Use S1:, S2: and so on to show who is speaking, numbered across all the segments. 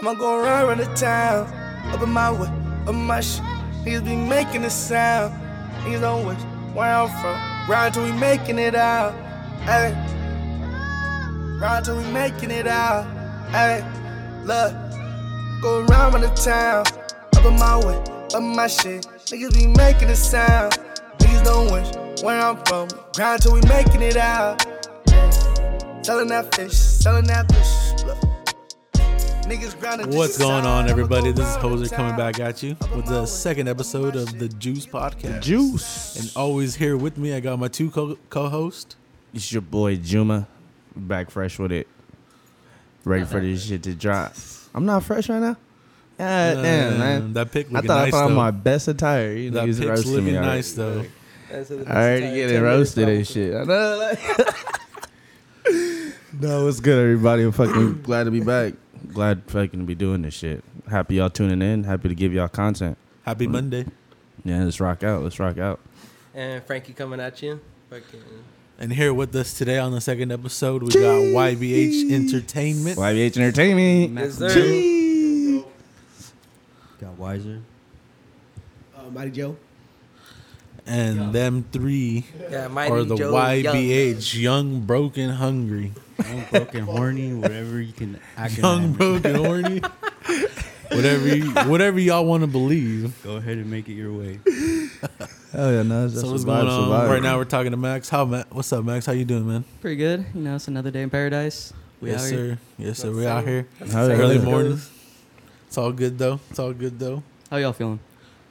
S1: I'ma go run around the town. Up in my way, up my shit. Niggas be making a sound. Niggas don't wish where I'm from. Ride till we making it out. Hey. Ride till we making it out. Hey. Look. Go around around the town. Up in my way, up my shit. Niggas be making a sound. Niggas don't wish where I'm from. Grind till we making it out. Selling that fish, selling that fish. Look. Niggas grinding.
S2: What's going on, everybody? This is Poser coming back at you with the second episode of the Juice Podcast.
S3: Juice.
S2: And always here with me, I got my two co- co-hosts.
S3: It's your boy Juma, back fresh with it, ready for this shit to drop. I'm not fresh right now. Yeah, damn man.
S2: That pick
S3: I
S2: looking
S3: thought
S2: nice,
S3: I found
S2: though.
S3: my best attire. You
S2: that
S3: niggas
S2: pick's
S3: roasting
S2: looking
S3: me already.
S2: nice, though.
S3: I already getting roasted and shit. I know. like- no, what's good, everybody? I'm fucking glad to be back. Glad fucking to be doing this shit. Happy y'all tuning in. Happy to give y'all content.
S2: Happy Monday.
S3: Yeah, let's rock out. Let's rock out.
S4: And Frankie coming at you. Fucking
S2: And here with us today on the second episode, we got YBH Entertainment.
S3: YBH Entertainment.
S4: Yes, sir.
S5: Got wiser.
S6: Uh, Mighty Joe.
S2: And them three
S4: Yeah, Mighty
S2: are the
S4: Joe Young.
S2: YBH, young, broken, hungry.
S5: Young, broken, horny, whatever you can. I can
S2: Young,
S5: have it.
S2: broken, horny. Whatever, you, whatever y'all want to believe.
S5: Go ahead and make it your way.
S3: Oh yeah, no.
S2: So what's going on? Right now we're talking to Max. How Max? What's up, Max? How you doing, man?
S7: Pretty good. You know, it's another day in paradise. We
S2: yes,
S7: out here.
S2: sir. Yes, sir. We're out here
S3: How
S2: early
S3: early morning.
S2: morning. It's all good though. It's all good though.
S7: How y'all feeling?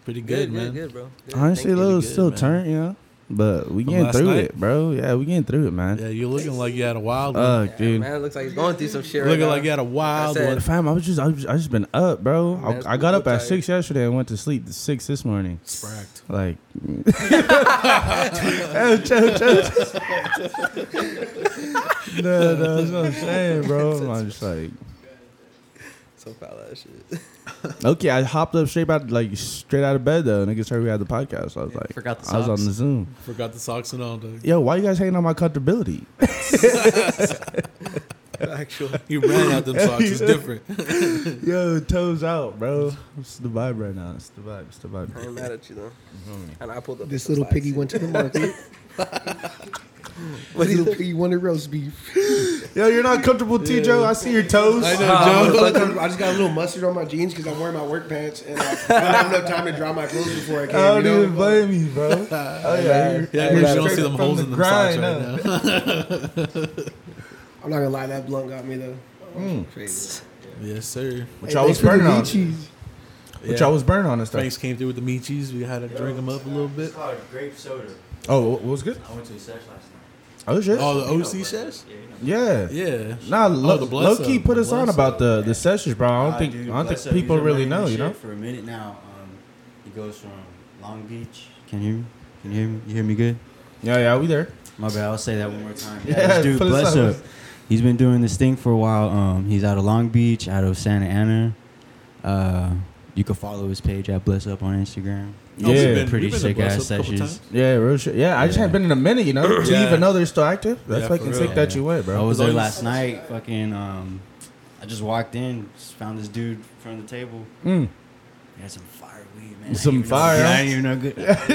S2: Pretty good,
S4: Good,
S2: man.
S4: good, good, bro. Good.
S3: Honestly,
S2: you.
S3: a little
S2: Pretty good,
S3: still
S2: man.
S3: turn, you know. But we
S2: From
S3: getting
S2: last
S3: through
S2: night?
S3: it, bro. Yeah, we getting through it, man.
S2: Yeah, you're looking like you had a wild one.
S3: Fuck,
S4: Thank you.
S3: dude.
S4: Man, it looks like he's going through some shit right
S2: looking
S4: now.
S2: like you had a wild
S4: I said-
S2: one.
S3: Fam, I was just, I was, I just been up, bro.
S4: Man, it's
S3: I, I got up
S4: so
S3: at
S4: tight.
S3: six yesterday and went to sleep at six this morning.
S2: Spracked.
S3: Like, no, no, that's what I'm saying, bro. I'm just like,
S4: So foul that shit.
S3: okay, I hopped up straight out, like straight out of bed though. Niggas heard we had the podcast. I was like,
S7: Forgot the
S3: I was
S7: socks.
S3: on the Zoom.
S2: Forgot the socks and all. Dog.
S3: Yo, why you guys hating on my comfortability?
S4: Actual.
S2: You ran out them socks. It's different.
S3: Yo, toes out, bro. It's the vibe right now. It's the vibe. It's the
S4: I
S3: vibe.
S4: ain't mad at you though.
S3: Mm-hmm.
S4: And I pulled up.
S6: This
S4: with
S6: little
S4: some
S6: piggy
S4: socks.
S6: went to the market.
S4: What do
S6: this
S4: you
S6: little
S4: think?
S6: piggy wanted roast beef.
S3: Yo, you're not comfortable, T. Joe. I see your toes.
S2: I know,
S6: I
S2: Joe.
S6: just got a little mustard on my jeans because I'm wearing my work pants and like, I don't have enough time to dry my clothes before I came.
S3: I don't
S6: you know?
S3: even blame you, bro. Oh yeah,
S2: Yeah,
S3: you're
S2: because you don't
S3: straight
S2: see them
S3: from
S2: holes
S3: the
S2: in them
S3: grind,
S2: socks
S3: huh?
S2: right now.
S6: I'm not gonna lie, that blunt got me though.
S4: Crazy.
S2: Yes, sir.
S3: What y'all was
S6: thanks for the
S3: burning on?
S6: meat cheese.
S3: What
S2: Yeah.
S3: y'all was burning on and stuff?
S2: Franks came through with the Michis. We had to drink them up a little bit.
S5: called grape soda.
S3: Oh, what was good?
S5: I went to a sesh last night.
S3: Oh shit.
S2: Oh, the OC shares?
S3: yeah.
S2: Yeah.
S3: Nah,
S2: Oh,
S3: low,
S2: the
S3: low
S2: Bless
S3: key
S2: Up.
S3: put
S2: The
S3: us on
S2: Bless
S3: about the the sessions, bro. I don't
S5: Ah,
S3: think
S5: dude,
S3: I don't
S5: bless
S3: think
S5: up.
S3: people
S5: He's been
S3: really
S5: running
S3: know,
S5: this
S3: you know.
S5: shit For a minute now, um, he goes from Long Beach. Can you hear me? Can you hear me? You hear me good?
S3: Yeah, yeah, we there.
S5: My bad. I'll say that one more time. Yeah,
S3: Yeah,
S5: this dude,
S3: put us
S5: bless
S3: on.
S5: up. He's been doing this thing for a while. Um, he's out of Long Beach, out of Santa Ana. Uh, you can follow his page at bless up on Instagram.
S3: Yeah, we've been-
S5: pretty
S2: we've been to
S5: sick
S2: Bless
S5: ass
S2: Up a couple
S5: sessions.
S2: times.
S3: Yeah, real shit. Yeah, I just
S5: Yeah.
S3: haven't been in a minute, you know. To
S2: Yeah.
S3: even know they're still active, that's
S2: Yeah, for
S3: fucking
S2: real.
S3: sick that you went,
S5: I
S3: bro.
S5: was there
S2: Those-
S5: last night. Fucking, um, I just walked in, just found this dude from the table.
S3: Mm.
S5: We had some fire weed, man. I
S3: Some
S5: didn't even know-
S3: fire,
S5: Yeah,
S3: huh?
S5: I didn't even know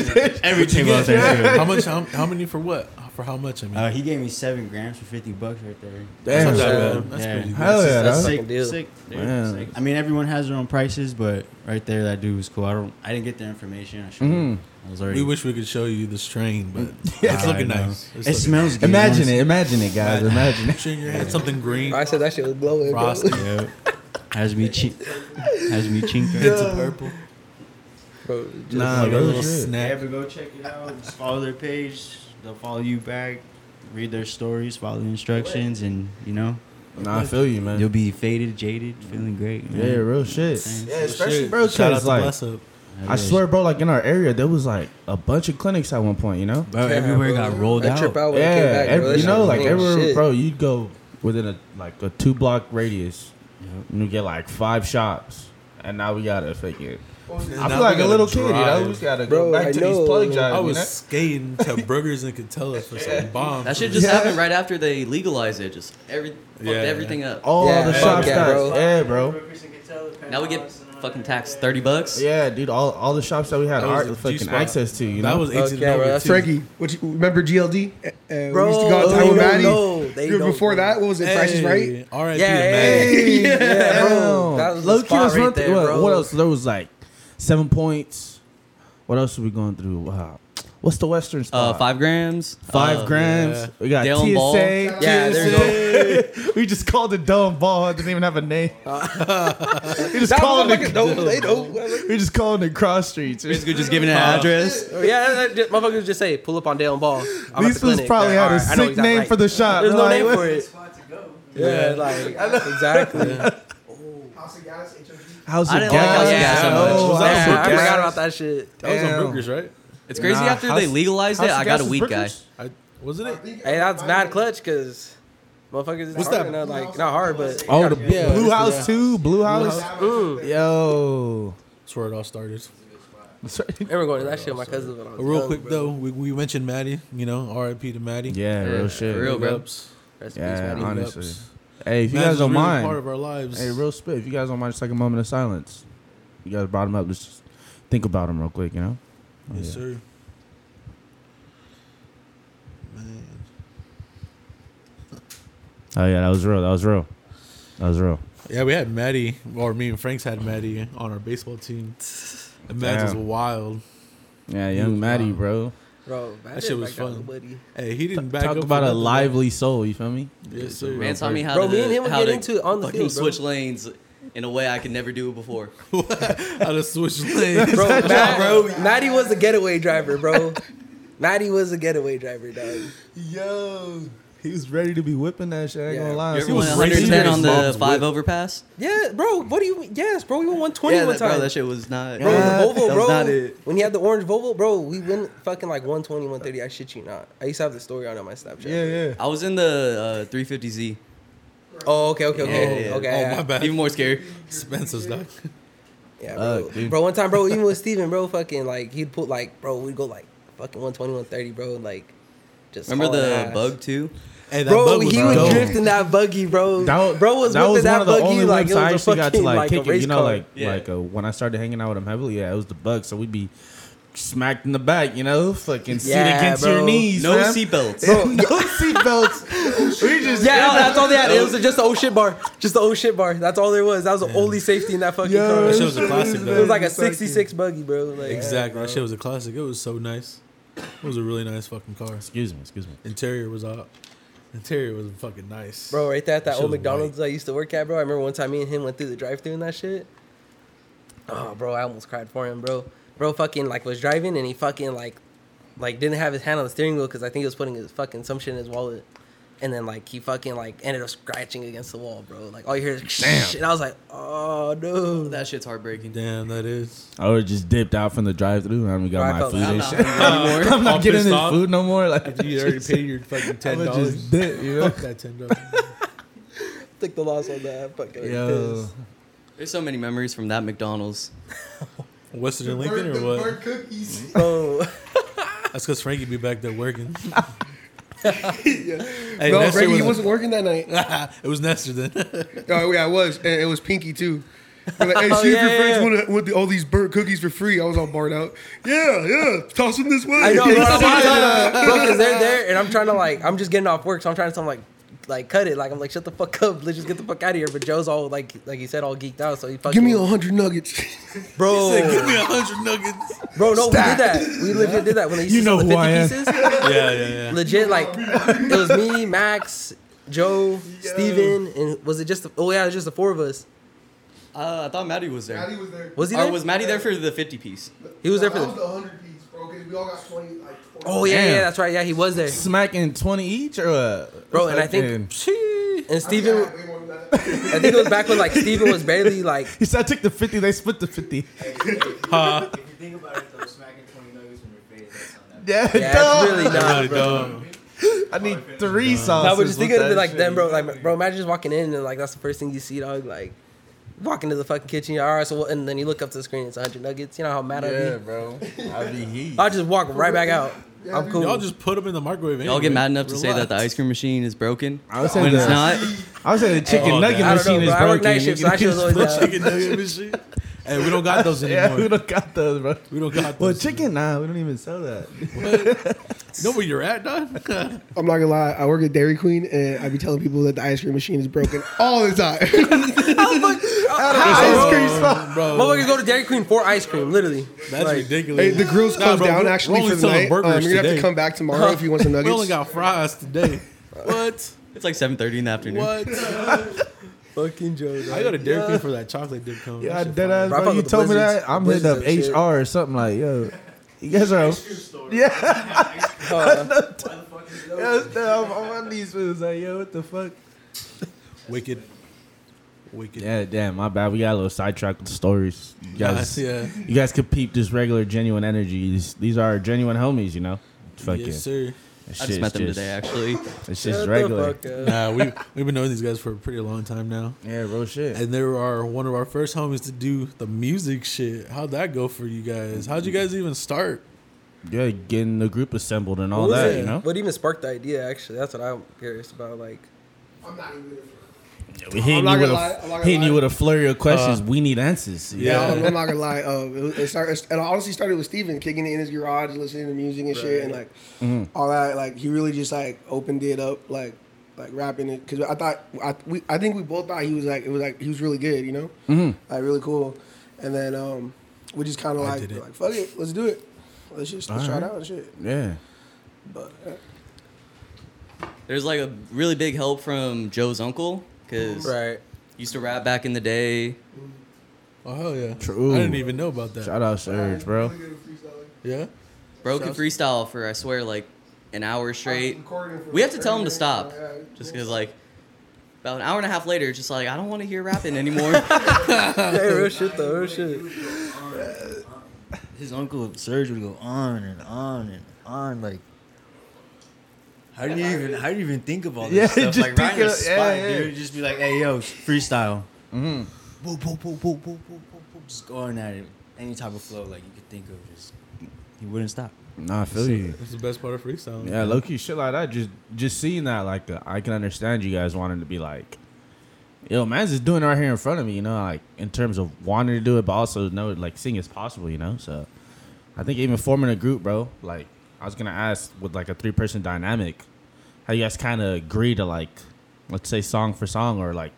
S5: good. Everything was there.
S2: How much? How, how many for what? For how much? I mean,
S5: Uh, he gave me seven grams for fifty bucks right there.
S2: that's
S3: Damn,
S2: not that
S3: son.
S2: bad. That's
S5: Yeah.
S2: pretty good.
S3: hell yeah,
S4: That's
S3: dog.
S4: sick.
S5: sick,
S4: deal.
S5: sick, dude,
S3: Man.
S5: sick. I mean, everyone has their own prices, but right there, that dude was cool. I don't, I didn't get the information. I should.
S3: Mhm.
S5: I was already.
S2: We wish we could show you this train, but
S5: Yeah,
S2: it's
S5: I
S2: looking
S5: know.
S2: nice. It's
S5: it
S2: looking
S5: smells good.
S3: Imagine
S5: honestly.
S3: it, imagine it, guys, imagine it.
S2: nice. in your head, something green,
S4: Oh, I said that shit was glowing. Bro.
S2: frosted.
S5: Has me, chi- has me chinking.
S2: It's a purple.
S4: Bro, just
S3: Nah,
S2: like a
S3: real
S2: little
S3: shit.
S5: They have
S2: snack.
S5: to go check it out. Just follow their page. They'll follow you back. Read their stories. Follow the instructions, and you know
S3: Nah, I feel you, man.
S5: you'll be faded, jaded, feeling great. Man.
S3: Yeah, real Oh, shit. Yeah, especially
S2: Shit.
S3: bro,
S2: Shout out
S3: cause
S2: to
S3: like
S2: Bless Up.
S3: I
S5: wish.
S3: swear, bro, like in our area, there was like a bunch of clinics at one point, you know.
S5: Bro, everywhere got rolled
S4: that trip
S5: out.
S4: out when I
S3: yeah,
S4: came back, bro.
S3: every-
S4: That
S3: you
S4: shit
S3: know,
S4: was
S3: like
S4: mean
S3: everywhere,
S4: shit.
S3: bro, you'd go within a like a two block radius, and you get like five shops, and now we got to fake it. I feel like a little kid. You know, we
S2: I,
S3: gotta go
S4: Bro,
S3: back
S4: I
S3: to
S4: know.
S3: these plug jobs.
S2: I was skating to burgers and Catella for some bombs.
S7: That shit just
S3: Yeah.
S7: happened right after they legalized it. Just every fucked
S2: Yeah.
S7: everything up.
S3: all
S4: Yeah,
S3: the
S4: fuck
S3: shop
S4: yeah,
S3: stops.
S4: bro.
S3: Yeah, bro.
S7: Now we get fucking taxed thirty bucks.
S3: Yeah, dude. All all the shops that we had
S2: That was
S3: art
S2: the
S3: fucking
S2: G-spot.
S3: access to. You know,
S2: That was 18
S4: Okay,
S2: and
S4: bro,
S2: over
S4: that's
S2: too.
S6: Frankie, what you, remember GLD? Uh, uh, we used to go out
S4: Bro,
S6: to
S4: they don't
S6: Taiwan Valley.
S4: know. They
S6: You were
S4: don't
S6: before
S4: know.
S6: that, what was it? Price is Right?
S2: R.I.P.
S4: Yeah,
S2: to Mac.
S4: hey, yeah, bro.
S3: Damn.
S4: That was
S3: Low-key,
S4: the spot
S3: that's
S4: right
S3: one thing.
S4: there,
S3: what,
S4: bro.
S3: what else? There was like seven points. What else are we going through? Wow. What's the Western
S7: Uh,
S3: spot?
S7: five grams.
S3: Five
S7: uh,
S3: grams.
S2: yeah.
S3: We got
S7: Dale and
S3: TSA.
S7: Ball.
S4: Yeah, there you go.
S3: we just called it dumb ball. It doesn't even have a name. we just
S4: That
S3: called
S4: was like
S3: it.
S4: a dope. They dope.
S3: We just called it cross streets.
S7: Basically, just giving an address.
S4: Yeah, that- that- just- motherfuckers just say pull up on Dale and Ball. I'm at
S3: These
S4: the
S3: fools
S4: clinic.
S3: probably
S4: All
S3: had a
S4: right, I know
S3: sick
S4: exactly-
S3: name for the shop.
S4: There's no
S3: Like,
S4: name
S3: what-
S4: for it. Yeah, like exactly.
S6: House of Guys, HOG.
S3: How's
S7: I
S3: it
S7: didn't like House of Gas so
S3: Oh,
S7: much.
S2: Was
S4: Yeah,
S2: that
S3: House of
S2: on
S4: I
S2: Brookers?
S4: forgot about that shit.
S2: That was on
S4: Damn.
S2: Brookers, right?
S7: It's crazy
S3: Nah,
S7: after
S3: House-
S7: they legalized it.
S3: House of
S7: I got a
S3: Gas is
S7: weed guy.
S3: Brookers?
S2: I, wasn't it?
S4: Hey, that's mad clutch because motherfuckers is
S2: What's
S4: hard
S2: that?
S4: enough, like not hard, but
S3: Oh, the
S2: Yeah.
S3: Blue House
S2: Yeah.
S3: too. Blue House.
S4: mm.
S3: Yo.
S2: That's where it all started.
S4: Everyone going to that shit. My cousin when I was
S2: But real
S4: young,
S2: quick
S4: bro.
S2: though, we, we mentioned Maddie. You know, R.I.P. to Maddie.
S3: Yeah,
S7: Yeah,
S3: real shit.
S7: real,
S2: Big
S7: bro.
S2: ups.
S4: Rest in peace,
S3: Yeah,
S4: Maddie.
S3: honestly.
S2: Big ups.
S3: Hey, if you
S2: Maddie's
S3: guys don't
S2: really
S3: mind,
S2: part of our lives.
S3: hey, real spit. If you guys don't mind, just like a moment of silence. You guys brought him up. Let's just think about him real quick. You know. Oh,
S2: yes,
S3: yeah.
S2: sir. Man,
S3: Oh yeah, that was real. That was real. That was real.
S2: yeah, we had Maddie, or me and Frank's had Maddie on our baseball team. And Maddie was
S3: Damn.
S2: wild.
S3: Yeah,
S2: was
S3: young Maddie,
S2: wild.
S3: bro.
S4: Bro,
S2: That shit was fun. Hey, he didn't back
S3: Talk
S2: up
S3: about
S2: for
S3: a
S2: nothing,
S3: lively soul. You feel me?
S2: Yes,
S3: It's a
S2: sir.
S3: real
S7: Man taught me
S3: bird.
S7: how
S4: Bro,
S7: to
S4: me and him would
S7: how
S4: get
S7: to
S4: into it on the
S7: fucking
S4: field, bro.
S7: switch lanes in a way I could never do it before.
S2: bro. How to switch lanes.
S4: Bro,
S2: Bro,
S4: Matt, Maddie was a getaway driver, bro. Maddie was a getaway driver, dog.
S3: Yo, he was ready to be whipping that shit. I ain't
S4: Yeah.
S3: gonna
S7: You
S3: lie.
S7: ever
S3: He
S7: went
S3: was
S7: 110
S3: racing
S7: on
S3: his
S7: the
S3: mom's
S7: five
S3: whip.
S7: overpass?
S4: Yeah, bro. What do you? mean? Yes, bro. We won one twenty
S7: yeah,
S4: one
S7: that,
S4: time.
S7: bro, that shit was not.
S4: Bro,
S7: Yeah.
S4: the Volvo,
S7: that was not
S4: bro.
S7: it.
S4: When he had the orange Volvo, bro, we went fucking like 120, 130. I shit you not. I used to have the story on on my Snapchat.
S3: Yeah, yeah.
S7: I was in the uh, 350Z.
S4: Oh, okay, okay, okay,
S7: Yeah, yeah.
S4: okay.
S2: Oh my bad.
S7: Even more scary.
S2: Spencer's dog.
S4: Yeah, bro.
S3: Fuck, dude.
S4: bro, one time, bro, even with Steven, bro, fucking like he'd put like, bro, we'd go like fucking 120, 130, bro, and, like just
S7: Remember
S4: hauling
S7: the
S4: ass.
S7: bug too?
S2: Hey, that
S4: Bro,
S2: bug
S4: he was
S2: dope.
S3: dope.
S4: drifting that buggy, bro.
S3: That,
S4: bro was
S3: that
S4: whipping
S3: was one
S4: that
S3: of the only
S4: buggy like
S3: whips
S4: it was
S3: I
S4: a
S3: actually
S4: fucking
S3: got to like,
S4: like
S3: kick
S4: a
S3: it.
S4: race
S3: You know,
S4: car.
S3: like
S7: Yeah.
S3: like uh, when I started hanging out with him heavily, yeah, it was the bug. So we'd be smacked in the back, you know, fucking seat
S4: Yeah,
S3: against your
S4: bro.
S3: knees,
S7: No
S3: fam.
S7: seatbelts.
S3: no seatbelts. we just
S4: yeah, no, that's all they had. It was just the old shit bar. Just the old shit bar. That's all there was. That was the only safety in that fucking
S3: Yo,
S4: car.
S2: That shit was a classic
S4: It
S2: though.
S4: was like a 66 buggy, bro. Like,
S2: Exactly. that shit was a classic. It was so nice. It was a really nice fucking car.
S3: Excuse me, excuse me.
S2: Interior was out. Interior was fucking nice.
S4: Bro, right there at that
S2: Shit
S4: old
S2: was
S4: McDonald's I used to work at, bro. I remember one time me and him went through the drive thru and that shit. Oh, bro, I almost cried for him, bro. Bro, fucking like was driving and he fucking like, like didn't have his hand on the steering wheel because I think he was putting his fucking some shit in his wallet, and then like he fucking like ended up scratching against the wall, bro. Like all you hear is and I was like, oh no,
S7: That shit's heartbreaking.
S2: Damn, that is.
S3: I would just dipped out from the drive-through and I got
S4: Bro, I
S3: my
S4: felt
S3: food
S4: like
S7: I'm
S3: and
S7: not
S3: shit.
S7: doing that anymore.
S3: I'm not
S2: All
S3: getting
S2: pissed
S3: this
S2: off.
S3: food no more. Like
S2: You already paid your fucking
S3: I
S2: ten
S3: would
S2: dollars.
S3: just dip, you know.
S2: Fuck that ten dollars.
S4: took the loss on that. Fucking
S3: Yo,
S4: pissed.
S7: There's so many memories from that McDonald's.
S2: Western
S6: The
S2: Lincoln
S6: bird-
S2: or
S6: the
S2: what?
S6: bird cookies.
S4: bro.
S2: That's because Frankie be back there working. hey,
S6: no,
S2: Nestor
S6: Frankie, he
S2: was-
S6: wasn't working that night.
S2: it was Nestor then.
S6: Oh yeah, I was, and it was Pinky too. We're like, hey,
S4: Oh,
S6: see if
S4: yeah,
S6: your friends
S4: yeah.
S6: want to, all these burnt cookies for free. I was all barred out. Yeah, yeah, toss them this way.
S4: I know, bro. Because they're there, and I'm trying to like, I'm just getting off work, so I'm trying to, so I'm like, like cut it. Like I'm like, shut the fuck up. Let's just get the fuck out of here. But Joe's all like, like he said, all geeked out. So he fucking
S6: Give me a hundred nuggets.
S4: bro,
S2: Give me a hundred nuggets.
S4: bro. No, we did that. We legit did that when they used
S3: You
S4: to
S3: know
S4: sell
S3: who I
S4: the
S3: am.
S4: 50 pieces.
S2: Yeah, yeah, yeah.
S4: Legit, like it was me, Max, Joe, Steven, and was it just? The, oh yeah, it was just the four of us.
S7: Uh, I thought Maddie was there.
S6: was there.
S4: Was he
S7: Or
S4: there?
S7: was Maddie there for the 50 piece?
S4: he was there for the.
S6: hundred piece, bro. Because we all got twenty. Like,
S4: Oh yeah, yeah,
S3: Damn.
S4: that's right. Yeah, he was there,
S3: smacking twenty each or what?
S4: bro. And I think, and Steven, I think it was back when like Steven was barely like
S3: He said I took the fifty. They split the fifty.
S2: Huh?
S8: If you think about it, though, smacking 20 nuggets from your face, that's not that
S3: Yeah,
S4: Yeah, it's really
S2: That's
S4: not,
S2: really
S4: bro.
S2: dumb.
S3: I need three sauces.
S4: No, but just
S3: with
S4: think of
S3: that
S4: it like
S3: shit.
S4: them, bro. Like, bro, imagine just walking in and like that's the first thing you see, dog. Like, walk into the fucking kitchen. You're like, all right, so what? And then you look up to the screen. It's 100 nuggets. You know how mad
S9: Yeah,
S4: I'd be.
S9: bro. I be heat.
S4: I'll just walk right back out. I'm cool.
S2: Y'all just put them in the microwave.
S7: Y'all get
S2: anyway.
S7: mad enough to say that the
S2: Relax.
S7: ice cream machine is broken
S3: I was
S7: when
S3: saying
S7: it's
S3: the,
S7: not.
S3: I was saying the chicken
S2: Oh, okay.
S3: nugget
S2: I
S4: don't
S3: machine
S4: know,
S3: is
S4: bro. I work
S3: broken.
S4: night shift, so I should've always
S2: The
S4: down.
S2: chicken nugget machine. Hey, we don't got those
S3: yeah,
S2: anymore.
S3: we don't got those, bro.
S2: we don't got
S3: Well,
S2: those.
S3: chicken, nah, we don't even sell that.
S2: Know where you're at, dog?
S6: I'm not gonna lie. I work at Dairy Queen, and I be telling people that the ice cream machine is broken all the time.
S3: ice cream spot.
S2: bro.
S4: Motherfuckers go to Dairy Queen for ice cream, literally.
S2: That's
S4: Like,
S2: ridiculous.
S6: Hey, the grill's
S2: Nah,
S6: closed
S2: bro,
S6: down
S2: we're
S6: actually
S2: only
S6: for the
S2: selling
S6: night. Um, you're
S2: burgers
S6: gonna have
S2: today.
S6: to come back tomorrow if you want some
S2: We only
S6: nuggets.
S2: got fries today. What?
S7: It's like 7:30 in the afternoon.
S2: What?
S4: Fucking Joe. dog.
S2: I go to Dairy Queen for that chocolate dip cone.
S3: Yeah,
S2: That shit
S3: dead ass, bro.
S4: Bro, I fuck
S3: You
S4: with the
S3: told me
S4: Blizzards.
S3: that. I'm hitting up
S4: Blizzards and shit.
S3: HR or something like, yo, you guys are. Yeah, yeah, I'm on my knees with this. Like, yo, what the fuck?
S2: Wicked. Wicked.
S3: Yeah, damn, my bad. We got a little sidetracked with stories. You guys,
S2: Nice, yeah.
S3: you guys could peep this regular, genuine energy. These, these are genuine homies, you know. Fuck
S2: yes,
S3: yeah.
S2: sir.
S3: That shit's
S7: I just met them
S3: just-
S7: today, actually.
S3: It's
S4: Shut
S3: just
S4: the
S3: regular.
S4: fuck uh, up.
S2: Nah, we we've been knowing these guys for a pretty long time now,
S3: Yeah, real shit.
S2: and they are one of our first homies to do the music shit. How'd that go for you guys? How'd you guys even start?
S3: Yeah, getting the group assembled and all
S4: What was
S3: that,
S4: it?
S3: you know.
S4: What even sparked the idea? Actually, that's what I'm curious about. Like,
S6: I'm not even gonna-
S3: We hitting
S6: not
S3: you with a-
S6: gonna lie, I'm not gonna
S3: hitting you
S6: lie.
S3: with a flurry of questions. we need answers. you
S2: Yeah.
S3: know?
S6: I'm, I'm not gonna lie. Um, it, it started, and I honestly started with Steven kicking it in his garage, listening to music and shit, and like all that. Like he really just like opened it up, like like rapping it. Because I thought I we I think we both thought he was like it was like he was really good, you know, mm-hmm. like really cool. And then um, we just kind of like
S2: did it.
S6: like fuck it, let's do it. Let's just let's try it out and shit.
S3: Yeah.
S6: But uh,
S7: There's like a really big help from Joe's uncle because
S4: right?
S7: used to rap back in the day.
S2: Oh hell yeah!
S3: True.
S2: I didn't even know about that.
S3: Shout out Surge, bro.
S2: Yeah.
S7: Bro could freestyle for I swear like an hour straight.
S6: recording for
S7: We have to
S6: like
S7: tell him to
S6: 30 minutes,
S7: stop,
S6: so, yeah.
S7: just because like about an hour and a half later, it's just like I don't want to hear rapping anymore.
S4: Yeah, real shit though, real shit.
S9: His uncle Serge would go on and on and on. Like, how do you even how do you even think of all this
S3: Yeah,
S9: stuff?
S3: just
S9: like right in
S3: think
S9: the
S3: of-
S9: spot,
S3: yeah, yeah.
S9: dude. Just be like, hey yo, freestyle. Mm-hmm. Boop, boop, boop, boop, boop, boop, boop, boop. Just going at it. Any type of flow like you could think of. Just he wouldn't stop.
S3: Nah, I feel you.
S2: That's the best part of freestyle.
S3: Yeah, low key shit like that. Just just seeing that, like, uh, I can understand you guys wanting to be like, yo, man's just doing it right here in front of me, you know, like in terms of wanting to do it, but also know like seeing it's possible, you know. So, I think even forming a group, bro. Like, I was gonna ask with like a three person dynamic, how you guys kind of agree to like, let's say song for song, or like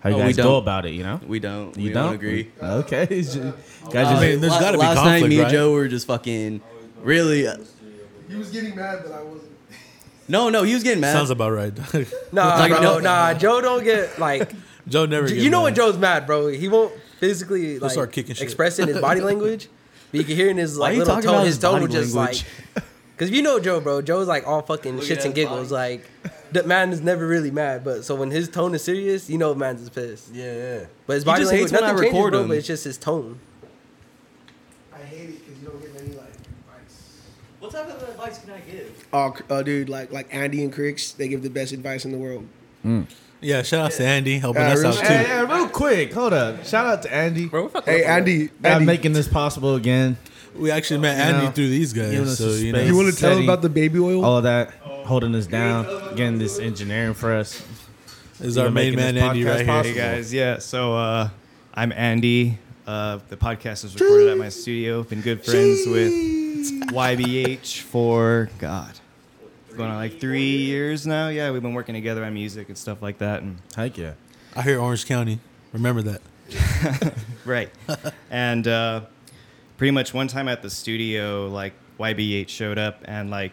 S3: how you
S7: Oh, we
S3: guys go
S7: don't.
S3: about it, you know.
S7: we don't.
S3: You
S7: we don't, agree. Uh,
S3: Okay, it's just, guys,
S2: I
S3: just,
S2: mean, there's
S7: La-
S2: gotta be
S7: last night,
S2: conflict,
S7: me
S2: right?
S7: and Joe were just fucking really. uh,
S6: he was getting mad, but I wasn't.
S7: no, no, he was getting mad.
S2: Sounds about right. dog.
S4: Nah,
S7: Like,
S4: bro,
S7: no-
S4: nah. Joe don't get like.
S2: Joe never.
S4: you
S2: gets
S4: know
S2: mad.
S4: when Joe's mad, bro. He won't physically like
S2: start kicking shit.
S4: expressing his body language, but you can hear in his
S7: Why
S4: like
S7: you
S4: little
S7: talking
S4: tone.
S7: about
S4: His
S7: his
S4: tone
S7: body
S4: will just
S7: language?
S4: like, because you know Joe, bro. Joe's like all fucking
S7: Look at
S4: shits and
S7: his
S4: giggles. Like the man is never really mad, but so when his tone is serious, you know man's is pissed.
S9: Yeah, yeah.
S4: But his body
S7: just
S4: language,
S7: hates when I
S4: nothing changes,
S7: record
S4: bro.
S7: him.
S4: But it's just his tone.
S6: I hate it because you don't get any like advice.
S7: What type of advice can I give?
S6: Oh, c- uh, dude, like like Andy and Cricks, they give the best advice in the world.
S2: Yeah. Shout out to Andy helping
S6: Yeah,
S2: us
S6: real
S2: out
S6: shit.
S2: too.
S3: Hey, hey, real quick, hold up. Shout out to Andy.
S4: Bro, we're fucking.
S6: Hey, Andy,
S3: I'm
S6: Andy,
S3: making this possible again.
S2: We actually met
S3: You
S2: Andy
S3: know,
S2: through these
S3: giving
S2: guys.
S3: us
S2: So
S3: a
S2: you know,
S3: space.
S6: you want to tell
S3: Steady.
S6: him about the baby oil?
S3: all of that holding us down, getting this engineering for us.
S2: this is our main
S3: making this
S2: man Andy
S3: podcast
S2: right
S3: possible.
S2: here.
S8: Hey guys, yeah. So uh, I'm Andy. Uh, the podcast was recorded at my studio. Been good friends with YBH for God, going on like three years now. Yeah, we've been working together on music and stuff like that. And
S3: Heck yeah.
S2: I hear Orange County. Remember that.
S8: right, and uh, pretty much one time at the studio, like YBH showed up and like.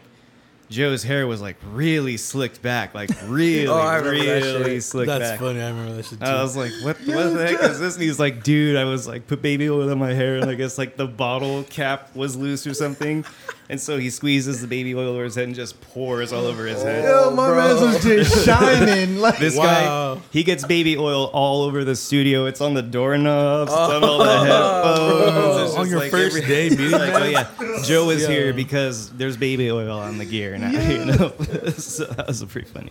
S8: Joe's hair was like really slicked back, like really,
S4: Oh, I remember that shit.
S8: really slicked
S2: That's
S8: back.
S2: funny. I remember that shit
S3: Oh,
S2: too.
S8: I was like, what, what the heck is this? And he's like, dude, I was like, put baby oil in my hair. And I guess like the bottle cap was loose or something. And so he squeezes the baby oil over his head and just pours all over his head.
S3: Yo, my man's was just shining. Like,
S8: This
S2: Wow.
S8: guy, he gets baby oil all over the studio. It's on the doorknobs, it's on all the
S5: Oh.
S8: headphones. It's
S2: on
S8: just
S2: your
S8: like
S2: first
S8: every-
S2: day meeting,
S8: like, oh
S2: man.
S8: yeah, Joe is
S2: Yeah.
S8: here because there's baby oil on the gear now. You know, so that was pretty funny.